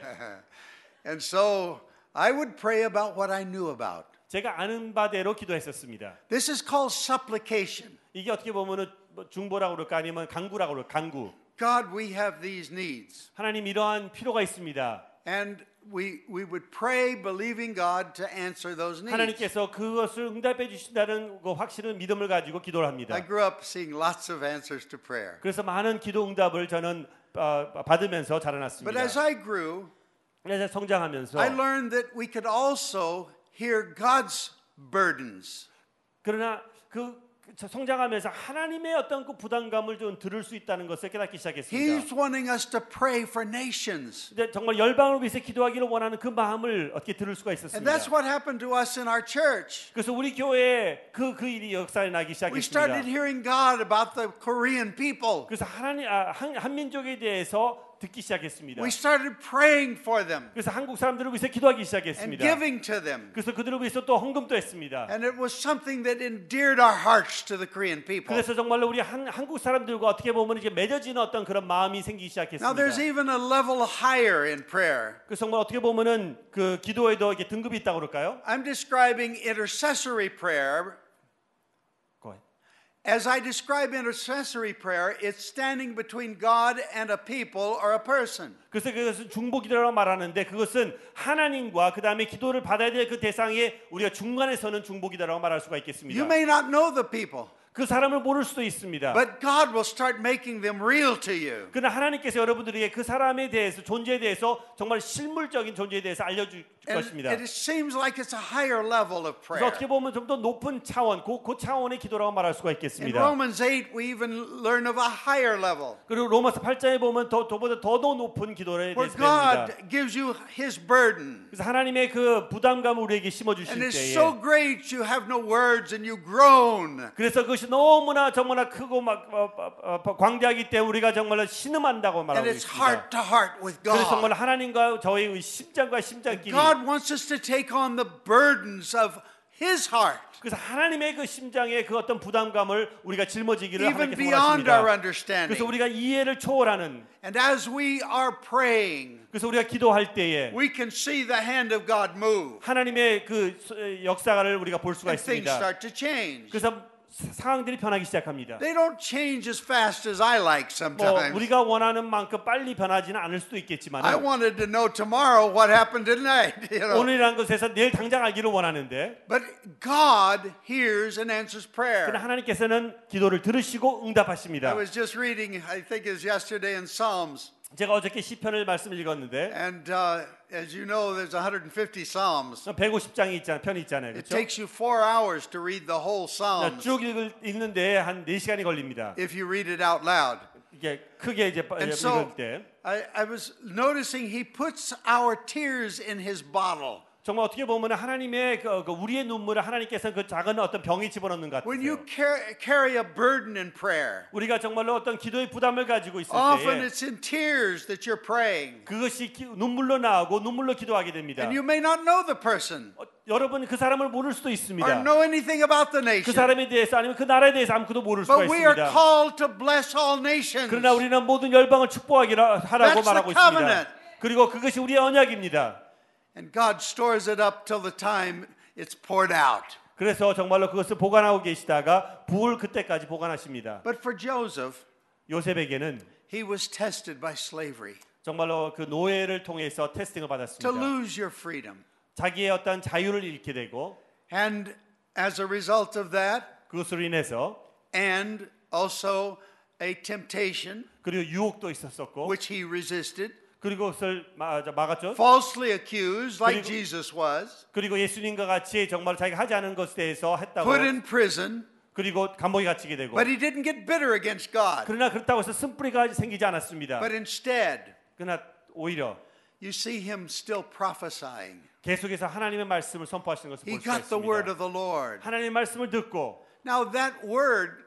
And so I would pray about what I knew about. 제가 아는 바대로 기도했었습니다. This is called supplication. 이게 어떻게 보면은 뭐 중보라고 그럴까 아니면 강구라고 그럴까 강구. God, we have these needs. 하나님 이러한 필요가 있습니다. And we, we would pray believing God to answer those needs. 하나님께서 그것을 응답해 주신다는 그 확실한 믿음을 가지고 기도를 합니다. I grew up seeing lots of answers to prayer. 그래서 많은 기도 응답을 저는 어, 받으면서 But 자라났습니다. as I grew, 그래서 성장하면서 I learned that we could also hear God's burdens. 그러나 그 성장하면서 하나님의 어떤 그 부담감을 좀 들을 수 있다는 것을 깨닫기 시작했습니다. He's wanting us to pray for nations. 근데 정말 열방을 위해서 기도하기를 원하는 그 마음을 어떻게 들을 수가 And 있었습니다. that's what happened to us in our church. 그래서 우리 교회에 그, 그 일이 역사에 나기 We started 시작했습니다. hearing God about the Korean people. 그래서 하나님 아, 한, 한민족에 대해서 듣기 시작했습니다. We started praying for them 그래서 한국 사람들을 위해서 기도하기 and 시작했습니다. giving to them. 그래서 그들을 위해서 또 헌금도 했습니다. And it was something that endeared our hearts to the Korean people. 그래서 정말로 우리 한, 한국 사람들과 어떻게 보면 이제 맺어지는 어떤 그런 마음이 생기기 Now there's 시작했습니다. even a level higher in prayer. 그 정말 어떻게 보면은 그 기도에도 이게 등급이 있다고 그럴까요? I'm describing intercessory prayer. As I describe intercessory prayer, it's standing between God and a people or a person. 그래서 그것은 중보 기도라고 말하는데 그것은 하나님과 그 다음에 기도를 받아야 될 그 대상에 우리가 중간에 서는 중보 기도라고 말할 수가 You 있겠습니다. may not know the people, 그 사람을 모를 수도 있습니다. but God will start making them real to you. 그러나 하나님께서 여러분들에게 그 사람에 대해서 존재에 대해서 정말 실물적인 존재에 대해서 알려줄 And 것입니다. it seems like it's a higher level of 그래서 prayer. 어떻게 보면 좀 더 높은 차원, 그, 그 차원의 기도라고 말할 수가 In 있겠습니다. Romans 8, we even learn of a higher level 그리고 로마서 8장에 보면 더 더보다 더더 높은 where 기도에 대해서 배웁니다. God gives you his burden. 그래서 하나님의 그 부담감을 우리에게 심어 And 주실 it's 때에 so great you have no words and you groan. 그래서 그것이 너무나 정말 크고 막 어, 어, 어, 광대하기 때문에 우리가 정말로 신음한다고 And 말하고 it's 있습니다. heart to heart with 그래서 정말 God. 하나님과 저희의 그 심장과 심장끼리 God wants us to take on the burdens of his heart, 그래서 하나님의 그 심장의 그 어떤 부담감을 우리가 짊어지기를 even 하나님께서 beyond our 원하십니다. understanding. 그래서 우리가 이해를 초월하는 And as we are praying, 그래서 우리가 기도할 때에 we can see the hand of God move 하나님의 그 수- 역사를 우리가 볼 수가 and things 있습니다. start to change. 그래서 사- 상황들이 변하기 시작합니다. They don't change as fast as I like 뭐 sometimes. 우리가 원하는 만큼 빨리 변하지는 않을 수도 있겠지만 I wanted to know tomorrow what happened tonight, <laughs> you know. 오늘이라는 것에서 내일 당장 알기를 원하는데 But God hears and answers prayer. 그러나 하나님께서는 기도를 들으시고 I 응답하십니다. was just reading, I think it was yesterday in Psalms, 제가 어저께 시편을 말씀 읽었는데 and uh, as you know, there's 150 Psalms. 150장이 있잖아요. 편이 있잖아요. It 그렇죠? takes you four hours to read the whole Psalms 쭉 읽을, 읽는데 한 4시간이 걸립니다. if you read it out loud. 이게 크게 이제 빠- And so 읽을 때 I, I was noticing he puts our tears in his bottle. 정말 어떻게 보면 하나님의 그, 그 우리의 눈물을 하나님께서 그 작은 어떤 병에 집어넣는 것 When you 같아요. car- carry a burden in prayer, 우리가 정말로 어떤 기도의 부담을 가지고 있을 often 때 it's in tears that you're praying, 그것이 기- 눈물로 나오고 눈물로 기도하게 됩니다. and you may not know the person 어, 여러분 그 사람을 모를 수도 or 있습니다. know anything about the 그 nation. 사람에 대해서 아니면 그 나라에 대해서 아무것도 모를 수가 But we are 있습니다. called to bless all nations. 그러나 우리는 모든 열방을 축복하기라 하라고 That's the 말하고 있습니다. covenant. 그리고 그것이 우리의 언약입니다. And God stores it up till the time it's poured out. 그래서 정말로 그것을 보관하고 계시다가 부을 그때까지 보관하십니다. But for Joseph, 요셉에게는 he was tested by slavery 정말로 그 노예를 통해서 to 테스팅을 받았습니다. lose your freedom. 자기의 어떤 자유를 잃게 되고 And as a result of that, 그것으로 인해서 and also a temptation 그리고 유혹도 있었었고 which he resisted, 그리고 그것을 마- 막았죠. falsely accused like 그리고- Jesus was, 그리고 예수님과 같이 정말 자기가 하지 않은 것에 대해서 했다고 put in prison, 그리고 감옥에 갇히게 되고 but he didn't get bitter against God. 그러나 그렇다고 해서 쓴뿌리가 생기지 않았습니다. But instead, 그러나 오히려 you see him still prophesying. 계속해서 하나님의 말씀을 선포하시는 것을 He 볼 수가 got the word 있습니다. of the Lord. 하나님의 말씀을 듣고 Now that word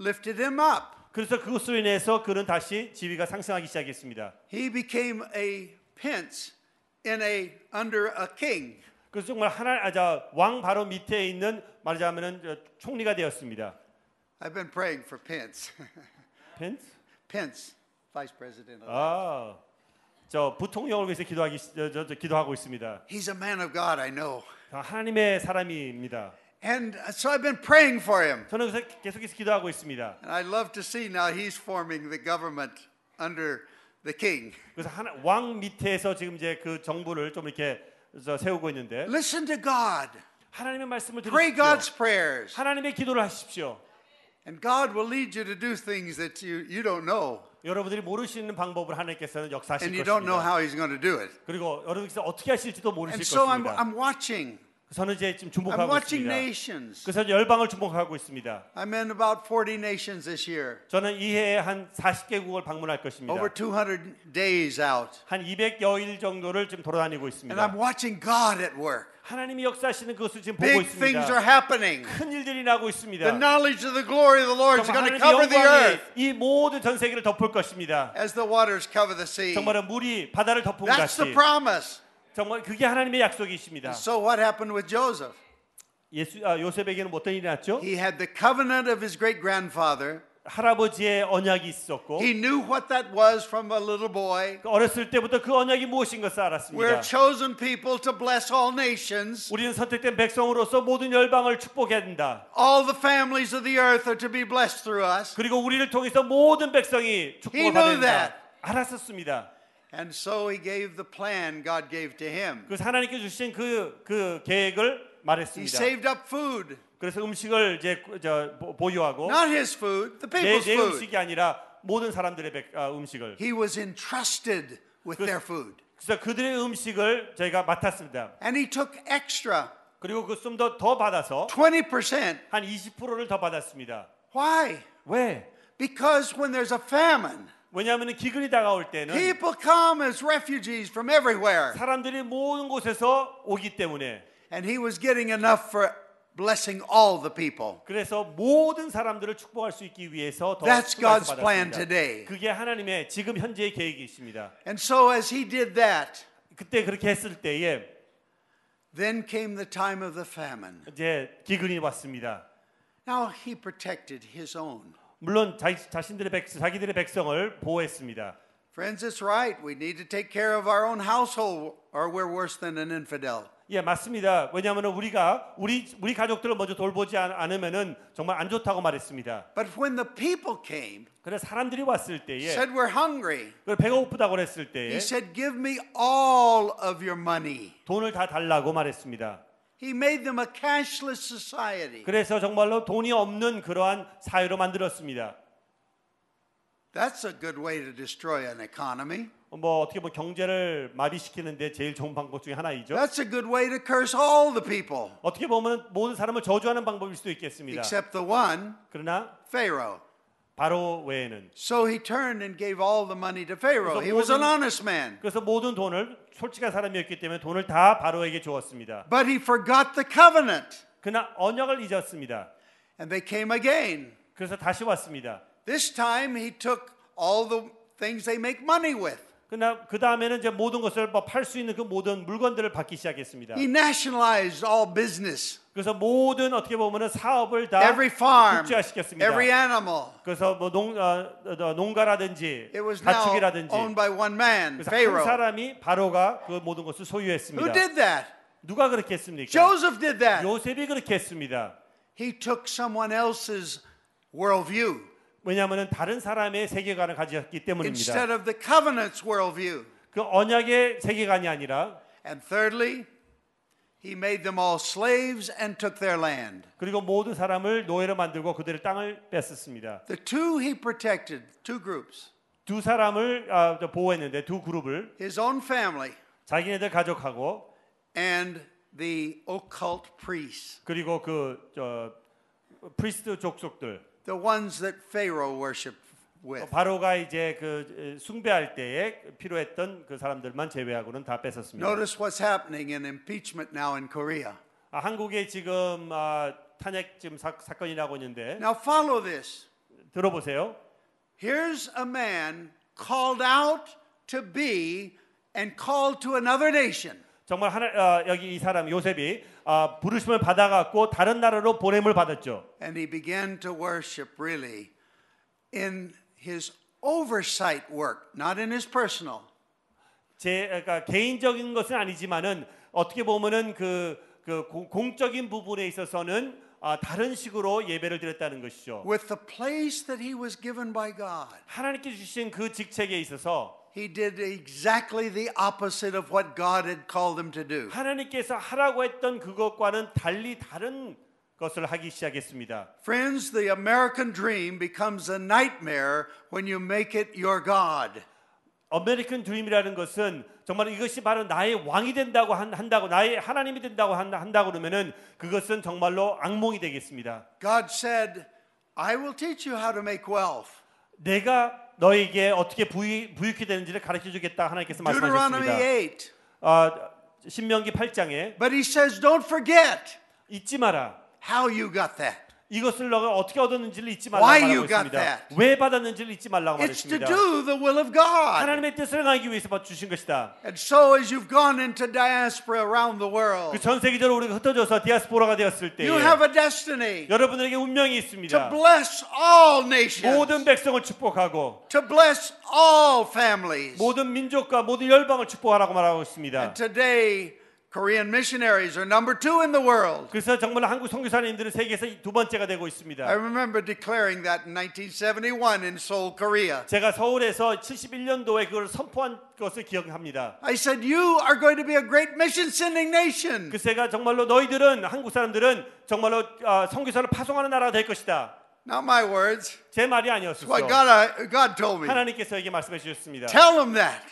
lifted him up. 그래서 그것으로 인해서 그는 다시 지위가 상승하기 시작했습니다. He became a prince in a under a king. 그래서 정말 하나 아자 왕 바로 밑에 있는 말하자면은 저 총리가 되었습니다. I've been praying for Pence. <laughs> 펜스? Pence, vice president. Uh. Of 아, 저 부통령을 위해서 기도하기 시- 저, 저, 저 기도하고 있습니다. He's a man of God, I know. 아, 하나님의 사람입니다. And uh, so I've been praying for him. 저는 그래서 계속해서 기도하고 있습니다. And I love to see now he's forming the government under the king. 그래서 하나, 왕 밑에서 지금 이제 그 정부를 좀 이렇게 저 세우고 있는데 Listen to God. 하나님의 말씀을 Pray God's 들으십시오. prayers. 하나님의 기도를 하십시오. And God will lead you to do things that you, you don't know. 여러분들이 모르시는 방법을 하나님께서는 역사하실 And you don't know 것입니다. how he's going to do it. 그리고 여러분께서 어떻게 하실지도 모르실 And so I'm, 것입니다. I'm watching. 저는 이제 지금 I'm 주목하고 watching 있습니다. nations. 그래서 열방을 주목하고 있습니다. I'm in about 40 nations this year. 저는 이 해에 한 40개국을 방문할 것입니다. Over 200 days out. 한 200여일 정도를 지금 돌아다니고 And I'm 있습니다. watching God at work. 하나님이 역사하시는 것을 지금 보고 Big things are 있습니다. happening. 큰 일들이 나고 The 있습니다. knowledge of the glory of the Lord is going to 하나님의 cover the 영광이 earth 이 모든 전 세계를 덮을 것입니다. as the waters cover the sea. 정말 물이 바다를 덮은 것 That's the 같이 promise. 정말 그게 하나님의 약속이십니다. So what happened with Joseph? 예수 아, 요셉에게는 어떤 일이 났죠? He had the covenant of his great grandfather. 할아버지의 언약이 있었고 He knew what that was from a little boy. 그 어렸을 때부터 그 언약이 무엇인 것을 We're 알았습니다. chosen people to bless all nations. 우리는 선택된 백성으로서 모든 열방을 축복해야 된다. All the families of the earth are to be blessed through us. 그리고 우리를 통해서 모든 백성이 He 축복을 knew 받는다. that. 알았었습니다. And so he gave the plan God gave to him. 그래서 하나님께 주신 그, 그 계획을 He 말했습니다. saved up food, 그래서 음식을 이제 구- 저, 보- 보유하고 not his food, the 내, people's 내 food. 음식이 아니라 모든 사람들의 백- 아, 음식을 He was entrusted with their food. 그래서 그들의 음식을 저희가 맡았습니다. And he took extra 그리고 그 좀 더 더 받아서 20%. 한 20%를 더 받았습니다. Why? 왜? Because when there's a famine, 왜냐하면 기근이 다가올 때는 people come as refugees from everywhere. 사람들이 모든 곳에서 오기 때문에 And he was getting enough for blessing all the people. 그래서 모든 사람들을 축복할 수 있기 위해서 더 That's 수고해서 God's plan 받았습니다. today. 그게 하나님의 지금 현재의 계획이십니다. And so as he did that, 그때 그렇게 했을 때에 then came the time of the famine. 이제 기근이 왔습니다. Now he protected his own. 물론 자, 자신들의 백, 자기들의 백성을 보호했습니다. Friends, it's right. We need to take care of our own household, or we're worse than an infidel. 예, 맞습니다. 왜냐하면 우리가 우리 우리 가족들을 먼저 돌보지 않- 않으면은 정말 안 좋다고 말했습니다. But when the people came, 그래서 사람들이 왔을 때에 said, We're hungry, 그 배고프다고 그랬을 때에 he said, Give me all of your money. 돈을 다 달라고 말했습니다. He made them a cashless society. 그래서 정말로 돈이 없는 그러한 사회로 만들었습니다. That's a good way to destroy an economy. 뭐 어떻게 보면 경제를 마비시키는데 제일 좋은 방법 중에 하나이죠. That's a good way to curse all the people, 어떻게 보면 모든 사람을 저주하는 방법일 수도 있겠습니다. except the one, 그러나 Pharaoh. 바로 외에는 So he turned and gave all the money to Pharaoh. He was an honest man. 그래서 모든 돈을 솔직한 사람이었기 때문에 돈을 다 바로에게 주었습니다. But he forgot the covenant, 그러나 언약을 잊었습니다. and they came again. 그래서 다시 왔습니다. This time he took all the things they make money with. 그러나 그 다음에는 이제 모든 것을 팔 수 있는 그 모든 물건들을 받기 시작했습니다. He nationalized all business, 그래서 모든 어떻게 보면은 사업을 다 every farm, 국제화시켰습니다. every animal. 그래서 뭐 농, 어, 어, 농가라든지 It was now 가축이라든지 owned by one man, 그래서 한 Pharaoh. 사람이 바로가 그 모든 것을 Who 소유했습니다. did that? 누가 그렇게 했습니까? Joseph did that. 요셉이 그렇게 했습니다. He took someone else's worldview 왜냐하면 다른 사람의 세계관을 가졌기 때문입니다. instead of the covenant's worldview. 그 언약의 세계관이 아니라 And thirdly, he made them all slaves and took their land. 그리고 모든 사람을 노예로 만들고 그들의 땅을 뺏었습니다. The two he protected, two groups, 두 사람을 아, 저 보호했는데 두 그룹을 his own family 자기네들 가족하고 and the occult priests, 그리고 그저 프리스트 족속들 the ones that Pharaoh worshiped with. 바로가 이제 그 에, 숭배할 때에 필요했던 그 사람들만 제외하고는 다 뺏었습니다. Notice what's happening in impeachment now in Korea. 아, 한국에 지금 아, 탄핵 지금 사, 사건이 나고 있는데 Now follow this. 들어보세요. Here's a man called out to be and called to another nation. 정말 하나, 아, 여기 이 사람 요셉이 아, 부르심을 받아갖고 다른 나라로 보냄을 받았죠. And he began to worship really in his oversight work, not in his personal. 제 그러니까 개인적인 것은 아니지만은 어떻게 보면은 그, 그 고- 공적인 부분에 있어서는 아, 다른 식으로 예배를 드렸다는 것이죠. With the place that he was given by God, 하나님께 주신 그 직책에 있어서 he did exactly the opposite of what God had called him to do. 하나님께서 하라고 했던 그것과는 달리 다른 것을 하기 시작했습니다. Friends, the American dream becomes a nightmare when you make it your God. 아메리칸 드림이라는 것은 정말 이것이 바로 나의 왕이 된다고 한, 한다고 나의 하나님이 된다고 한, 한다고 그러면은 그것은 정말로 악몽이 되겠습니다. God said, I will teach you how to make wealth. 내가 너에게 어떻게 부유, 부유케 되는지를 가르쳐 주겠다 하나님께서 Deuteronomy 말씀하셨습니다. 8. 아, 신명기 8장에 But he says, don't forget 잊지 마라. how you got that. 이것을 너가 어떻게 얻었는지를 잊지 말라고 Why 말하고 you got 있습니다. that? 왜 받았는지를 잊지 말라고 It's to 말했습니다. do the will of God. 하나님의 뜻을 하기 위해서 주신 것이다. And so, as you've gone into diaspora around the world, 그 전 세계적으로 우리가 흩어져서 디아스포라가 되었을 때 you have a destiny 여러분들에게 to 운명이 있습니다. bless all nations, 모든 백성을 축복하고 to bless all families. 모든 민족과 모든 열방을 축복하라고 말하고 있습니다. Today, Korean missionaries are number two in the world. 그래서 정말 한국 선교사님들은 세계에서 두 번째가 되고 I 있습니다. remember declaring that in 1971 in Seoul, Korea. 제가 서울에서 71년도에 그걸 선포한 것을 기억합니다. I said, You are going to be a great mission sending nation. 그새가 정말로 너희들은 한국 사람들은 정말로 아, 선교사를 파송하는 나라가 될 것이다. Not my words. 제 말이 What 아니었었죠. God, uh, God told me. 하나님께서에게 말씀해 주셨습니다. Tell them that.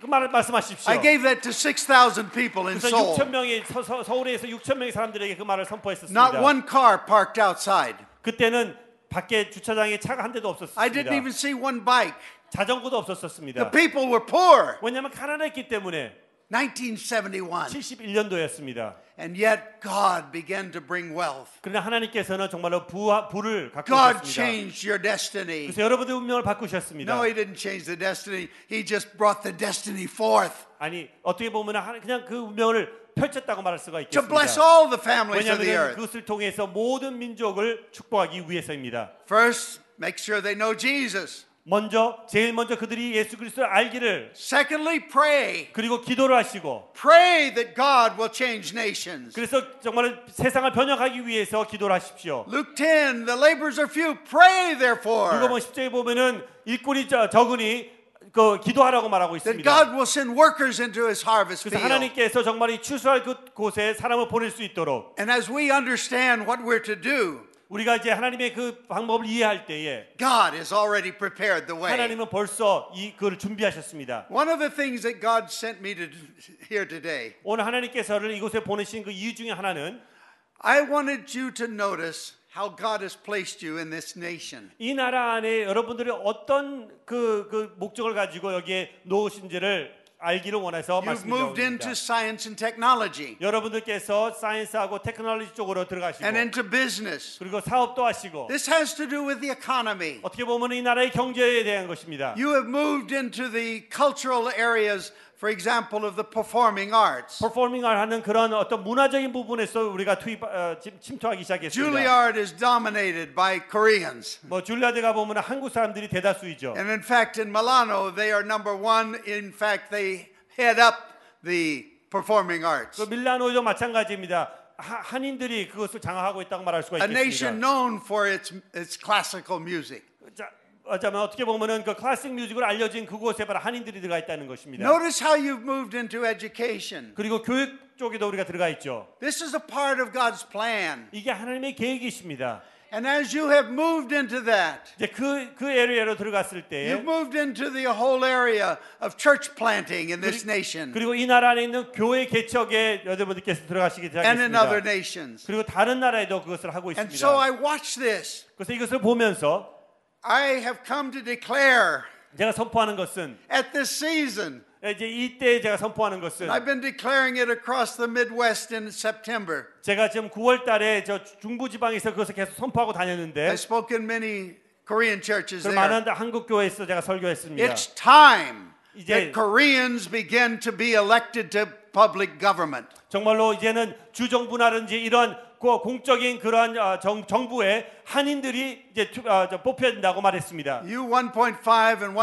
그 말을 말씀하십시오. I gave that to 6,000 people in 그래서 Seoul. 6천 명의 서, 서, 서울에서 6천 명의 사람들에게 그 말을 Not 선포했었습니다. one car parked outside. 그때는 밖에 주차장에 차가 한 대도 I didn't 없었습니다. even see one bike. 자전거도 The 없었었습니다. people were poor. 왜냐하면 가난했기 때문에 1971. 71년도였습니다. And yet God began to bring wealth. 그러나 하나님께서는 정말로 부와, 부를 갖고 God 오셨습니다. changed your destiny. 그래서 여러분의 운명을 바꾸셨습니다. No, he didn't change the destiny. He just brought the destiny forth 아니 어떻게 보면 하나- 그냥 그 운명을 펼쳤다고 말할 수가 to bless 있겠습니다. all the families of the 왜냐하면 earth. 그것을 통해서 모든 민족을 축복하기 위해서입니다. First, make sure they know Jesus. 먼저 제일 먼저 그들이 예수 그리스도를 알기를 Secondly, pray. 그리고 기도를 하시고 Pray that God will change nations. 그래서 정말 세상을 변혁하기 위해서 기도를 하십시오. Luke 10, the laborers are few. Pray 누가복음 therefore 10장에 보면은 일꾼이 저- 적으니 그 기도하라고 말하고 that 있습니다. God will send workers into his harvest 그래서 field. 하나님께서 정말 이 추수할 그 곳에 사람을 보낼 수 있도록 And as we understand what we're to do, 우리가 이제 하나님의 그 방법을 이해할 때에 God has already prepared the way. 하나님은 벌써 이 그걸 준비하셨습니다. One of the things that God sent me to here today, 오늘 하나님께서를 이곳에 보내신 그 이유 중에 하나는 I wanted you to notice how God has placed you in this nation. 이 나라 안에 여러분들이 어떤 그, 그 목적을 가지고 여기에 놓으신지를 알기를 원해서 You've moved 말씀드립니다. into science and technology 여러분들께서 사이언스하고 테크놀로지 쪽으로 들어가시고 and into business. 그리고 사업도 하시고 This has to do with the economy. 어떻게 보면 이 나라의 경제에 대한 것입니다. You have moved into the cultural areas, for example, of the performing arts. 퍼포밍을 하는 그런 어떤 문화적인 부분에서 우리가 투입 어, 침- 침투하기 시작했습니다. Juilliard is dominated by Koreans. 뭐 줄리아드가 보면 한국 사람들이 대다수이죠. And in fact, in Milano, they are number one. In fact, they head up the performing arts. 그 밀라노도 마찬가지입니다. 하- 한인들이 그것을 장악하고 있다고 말할 수가 A nation 있겠습니다. known for its, its classical music. 자, 어쩌면 어떻게 보면은 그 클래식 뮤직으로 알려진 그곳에 바로 한인들이 들어가 있다는 것입니다. Notice how you've moved into education. 그리고 교육 쪽에도 우리가 들어가 있죠. This is a part of God's plan. 이게 하나님의 계획이십니다. And as you have moved into that, 이제 그그 에리어로 들어갔을 때 you've moved into the whole area of church planting in this nation 그리고 이 나라 안에 있는 교회 개척에 여러분들께서 들어가시기 and in other 시작했습니다. nations. 그리고 다른 나라에도 그것을 하고 And so 있습니다. I watch this. 그래서 이것을 보면서 I have come to declare 제가 선포하는 것은 at this season, 이제 이때 제가 선포하는 것은 I've been declaring it across the Midwest in September. 제가 지금 9월 달에 저 중부 지방에서 그것을 계속 선포하고 I 다녔는데 spoke in many Korean churches 그 there. 많은 한국 교회에서 제가 설교했습니다. It's time 이제- that Koreans begin to be elected to public government. 정말로 이제는 주정부라든지 이런 고- 공적인 그러한 어, 정, 정부에 한인들이 이제 투- 어, 저 뽑혀야 된다고 말했습니다. You 1.5 and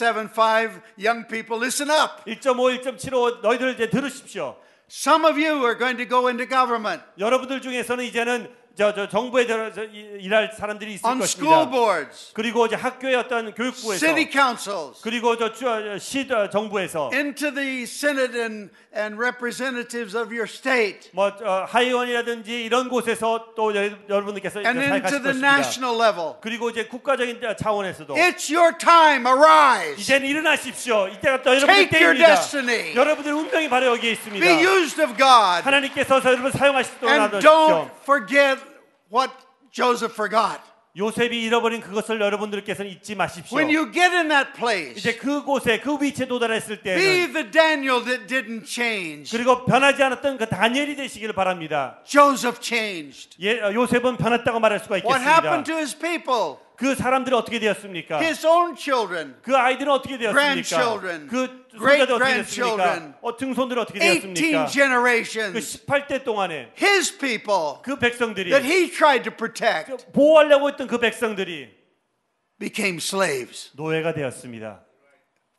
1.75 young people, listen up. 1.5, 1.75 너희들 이제 들으십시오. Some of you are going to go into government 여러분들 중에서는 이제는 저, 저 정부에 저, 저 이- 일할 사람들이 있을 on school 것입니다. boards, 그리고 이제 학교의 어떤 교육부에서 city councils, 그리고 저 주- 어, 시 어, 정부에서 into the Senate and, and representatives of your state, 뭐 어, 하의원이라든지 이런 곳에서 또 여- 여러분들께서 이제 and into 사역하실 the 것입니다. national level. 그리고 이제 국가적인 차원에서도 It's your time, arise. 이제는 일어나십시오. 이때가 또 여러분의 Take your 때입니다. destiny. 여러분의 운명이 바로 여기에 있습니다. Be used of God. 하나님께서 여러분 사용하시도록 And 나누십시오. don't forget what Joseph forgot. 요셉이 잃어버린 그것을 여러분들께서는 잊지 마십시오. When you get in that place, 이제 그곳에 그 위치에 도달했을 be 때는 the Daniel that didn't change. 그리고 변하지 않았던 그 다니엘이 되시기를 바랍니다. Joseph changed. 예, 어, 요셉은 변했다고 말할 수가 What happened 있겠습니다. to his people? 그 사람들이 어떻게 되었습니까? His own children. 그 아이들은 어떻게 되었습니까? Grandchildren, 그 손자들 어떻게 great-grandchildren, 됐습니까? 어, 증손들이 어떻게 18 되었습니까? 그 generations. 18대 동안에 His people 그 백성들이 that he tried to protect 그 보호하려고 했던 그 백성들이 became slaves. 노예가 되었습니다.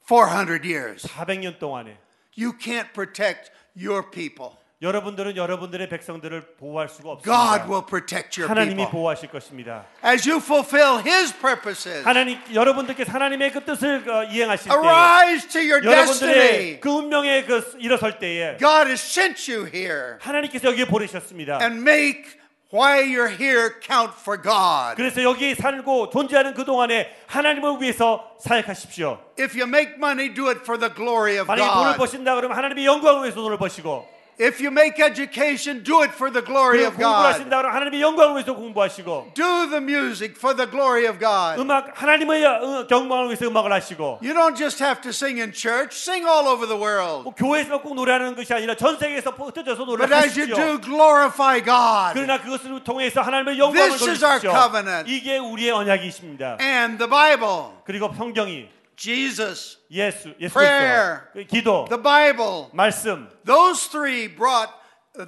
400 years. 400년 동안에 You can't protect your people. 여러분들은 여러분들의 백성들을 보호할 수가 God 없습니다. will protect your 하나님이 people. 보호하실 것입니다. As you fulfill his purposes, 하나님 여러분들께서 하나님의 그 뜻을 어, 이행하실 때 arise to your destiny. 여러분들의 그 운명에 그 일어설 때에 God has sent you here 하나님께서 여기에 보내셨습니다. and make why you're here count for God. 그래서 여기 살고 존재하는 그 동안에 하나님을 위해서 사역하십시오. If you make money, do it for the glory of 만약에 돈을 God. 버신다 그러면 하나님의 영광을 위해서 돈을 버시고 If you make education, do it for the glory 그리고 of 공부를 God. 하신다 그러면 하나님의 영광을 위해서 공부하시고 Do the music for the glory of God. 음악 하나님의 어, 경망을 위해서 음악을 하시고 You don't just have to sing in church, sing all over the world. 뭐 교회에서만 꼭 노래하는 것이 아니라 전 세계에서 뭐 흩어져서 But as you 노래하십시오. do, glorify God. 그러나 그것을 통해서 하나님의 영광을 This is our 돌리십시오. covenant. 이게 우리의 언약이십니다. And the Bible, 그리고 성경이 Jesus, 예수, 예수 Prayer. 그리스도, 그 기도, the Bible, 말씀 those three brought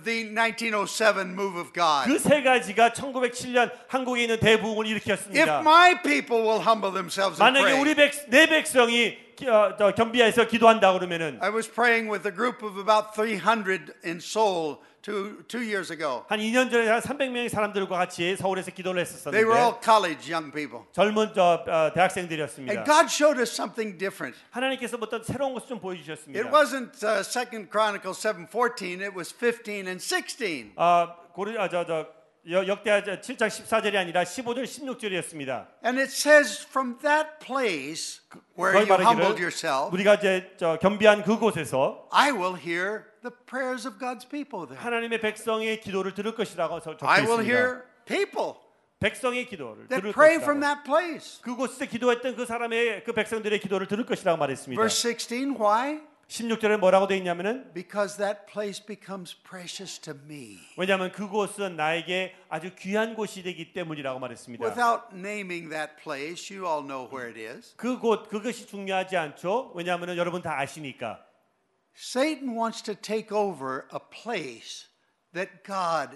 the 1907 move of God. 그 세 가지가 1907년 한국에 있는 대부흥을 If 일으켰습니다. my people will humble themselves and 만약에 우리 pray. 백, 내 백성이 기- 어, 저 겸비하에서 기도한다 그러면은 I was praying with a group of about 300 in Seoul two, two years ago. 한 2년 전에 한 300명의 사람들과 같이 서울에서 기도를 They were all 했었었는데 college young people. 젊은 저 어, 대학생들이었습니다. And God showed us something different. 하나님께서 어떤 새로운 것을 좀 It 보여주셨습니다. wasn't uh, Second Chronicles 7:14, it was 15 and 16. 아, 고리 아, 저, 저 여- 역대하 7장 14절이 아니라 15절 16절이었습니다. And it says from that place where 거의 you humbled 말하기를 yourself, 우리가 이제 저 겸비한 그곳에서 I will hear the prayers of God's people there. 하나님의 백성의 기도를 들을 것이라고 저- 적혀 I will 있습니다. hear people 백성의 기도를 that 들을 pray from 것이라고. that place. 그곳에서 기도했던 그 사람의 그 백성들의 기도를 들을 것이라고 말했습니다. Verse 16, why? 16절에 뭐라고 되어 있냐면은 Because that place becomes precious to me. 왜냐하면 그곳은 나에게 아주 귀한 곳이 되기 때문이라고 말했습니다. Without naming that place, you all know where it is. 그곳 그것이 중요하지 않죠. 왜냐하면 여러분 다 아시니까. Satan wants to take over a place that God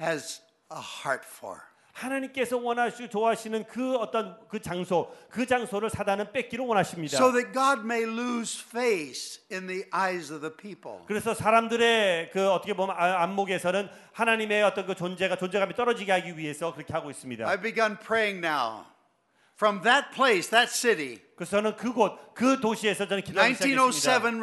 has a heart for. 하나님께서 원하시고 좋아하시는 그 어떤 그 장소, 그 장소를 사단은 뺏기를 원하십니다. So that God may lose face in the eyes of the people. 그래서 사람들의 그 어떻게 보면 아- 안목에서는 하나님의 어떤 그 존재가 존재감이 떨어지게 하기 위해서 그렇게 하고 있습니다. I've begun praying now from that place, that city. 그래서 저는 그곳, 그 도시에서 저는 기도하기 시작했습니다.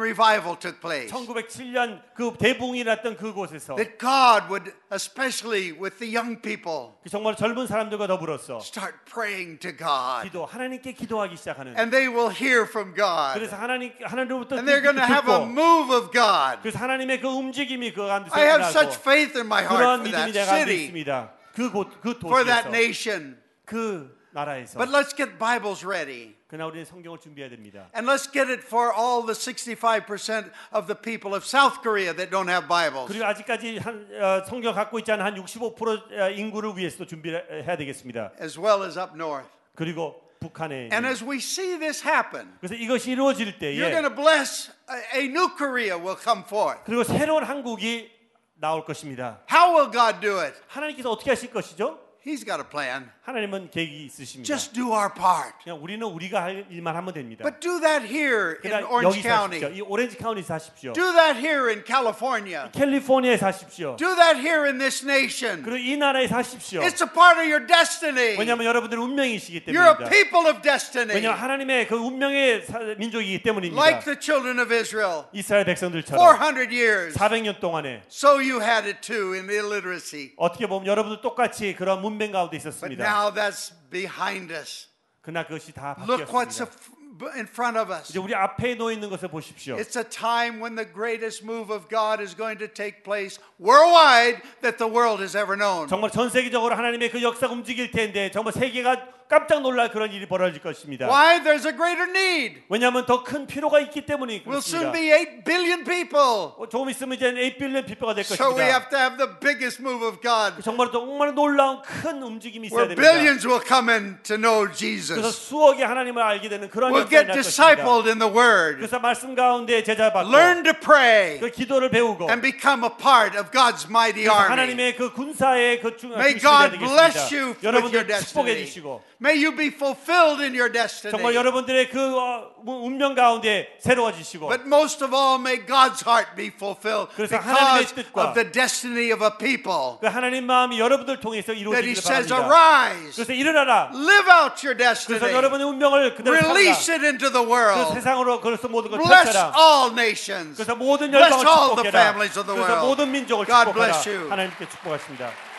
1907 revival took place. 1907년 그 대붕이 났던 그곳에서 That God would, especially with the young people, 그 정말 젊은 사람들과 더불어서 start praying to God. 기도, 하나님께 기도하기 시작하는. And they will hear from God. 그래서 하나님 하나님으로부터 And they're going to have a 듣고 move of God. 그래서 하나님의 그 움직임이 그 안에서 I have 일어나고 such faith in my heart 그러한 for 믿음이 that 내가 안에 city, 있습니다. 그곳 그 for that 도시에서 nation, 그 나라에서. But let's get Bibles ready. 그러나 우리는 성경을 준비해야 됩니다. And let's get it for all the 65% of the people of South Korea that don't have Bibles. 그리고 아직까지 한 어, 성경 갖고 있지 않은 한 65% 인구를 위해서도 준비해야 되겠습니다. as well as up north. 그리고 북한에 And as we see this happen, 그래서 이것이 이루어질 때에 you're going to bless a, a new Korea will come forth. 그리고 새로운 한국이 나올 것입니다. How will God do it? 하나님께서 어떻게 하실 것이죠? He's got a plan. 하나님은 계획이 있으십니다. Just do our part. 그냥 우리는 우리가 할 일만 하면 됩니다. But do that here in 그러니까 Orange 여기서 하십시오. County. 이 오렌지 카운티에서 하십시오. Do that here in California. 캘리포니아에서 하십시오. Do that here in this nation. 그리고 이 나라에서 하십시오. It's a part of your destiny. 왜냐하면 여러분들은 운명이시기 You're a 때문입니다. people of destiny, 왜냐하면 하나님의 그 운명의 사- 민족이기 때문입니다. like the children of Israel. 이스라엘 백성들처럼 400 years. 400년 동안에 So you had it too in illiteracy. 어떻게 보면 여러분도 똑같이 그런 문맹 가운데 But 있었습니다. now that's behind us. 그러나 그것이 다 Look what's 바뀌었습니다. af- b- in front of us. 이제 우리 앞에 놓여 있는 것을 보십시오. It's a time when the greatest move of God is going to take place worldwide that the world has ever known. 정말 전 세계적으로 하나님의 그 역사가 움직일 텐데 정말 세계가 깜짝 놀랄 그런 일이 벌어질 것입니다. Why? There's a greater need. 왜냐하면 더 큰 필요가 있기 때문이 We'll 그렇습니다. soon be 8 billion people. 어, 조금 있으면 이제 8빌리언 피부가 될 So we 것입니다. 그 have to have the biggest move of God 정말 정말 놀라운 큰 움직임이 있어야 where 됩니다. billions will come in to know 그래서 Jesus. 수억이 하나님을 알게 되는 그런 We'll 역사가 get 날 것입니다. discipled in the Word, 그래서 말씀 가운데 제자 받고 learn to pray, 그 기도를 배우고 and become a part of God's mighty army. 하나님의 그 군사의 그 중, May 중심이 God bless 되겠습니다. you with your 여러분들 축복해 destiny. 주시고 May you be fulfilled in your 정말 destiny. 여러분들의 그 어, 운명 가운데 새로워지시고 But most of all, may God's heart be fulfilled 그래서 하나님의 because 뜻과 of the destiny of a people 그 하나님 마음이 여러분들 that 통해서 He 이루어지기를 says, 바랍니다. Arise, 그래서 일어나라. live out your 그래서 destiny, 여러분의 운명을 그대로 살라. release it into the 그 world, 세상으로 그래서 모든 걸 bless 펼쳐라. all nations. 그래서 모든 Bless 열방을 all the 축복해라. families of the world. 그래서 모든 민족을 God 축복하라. bless you. 하나님께 축복하십니다.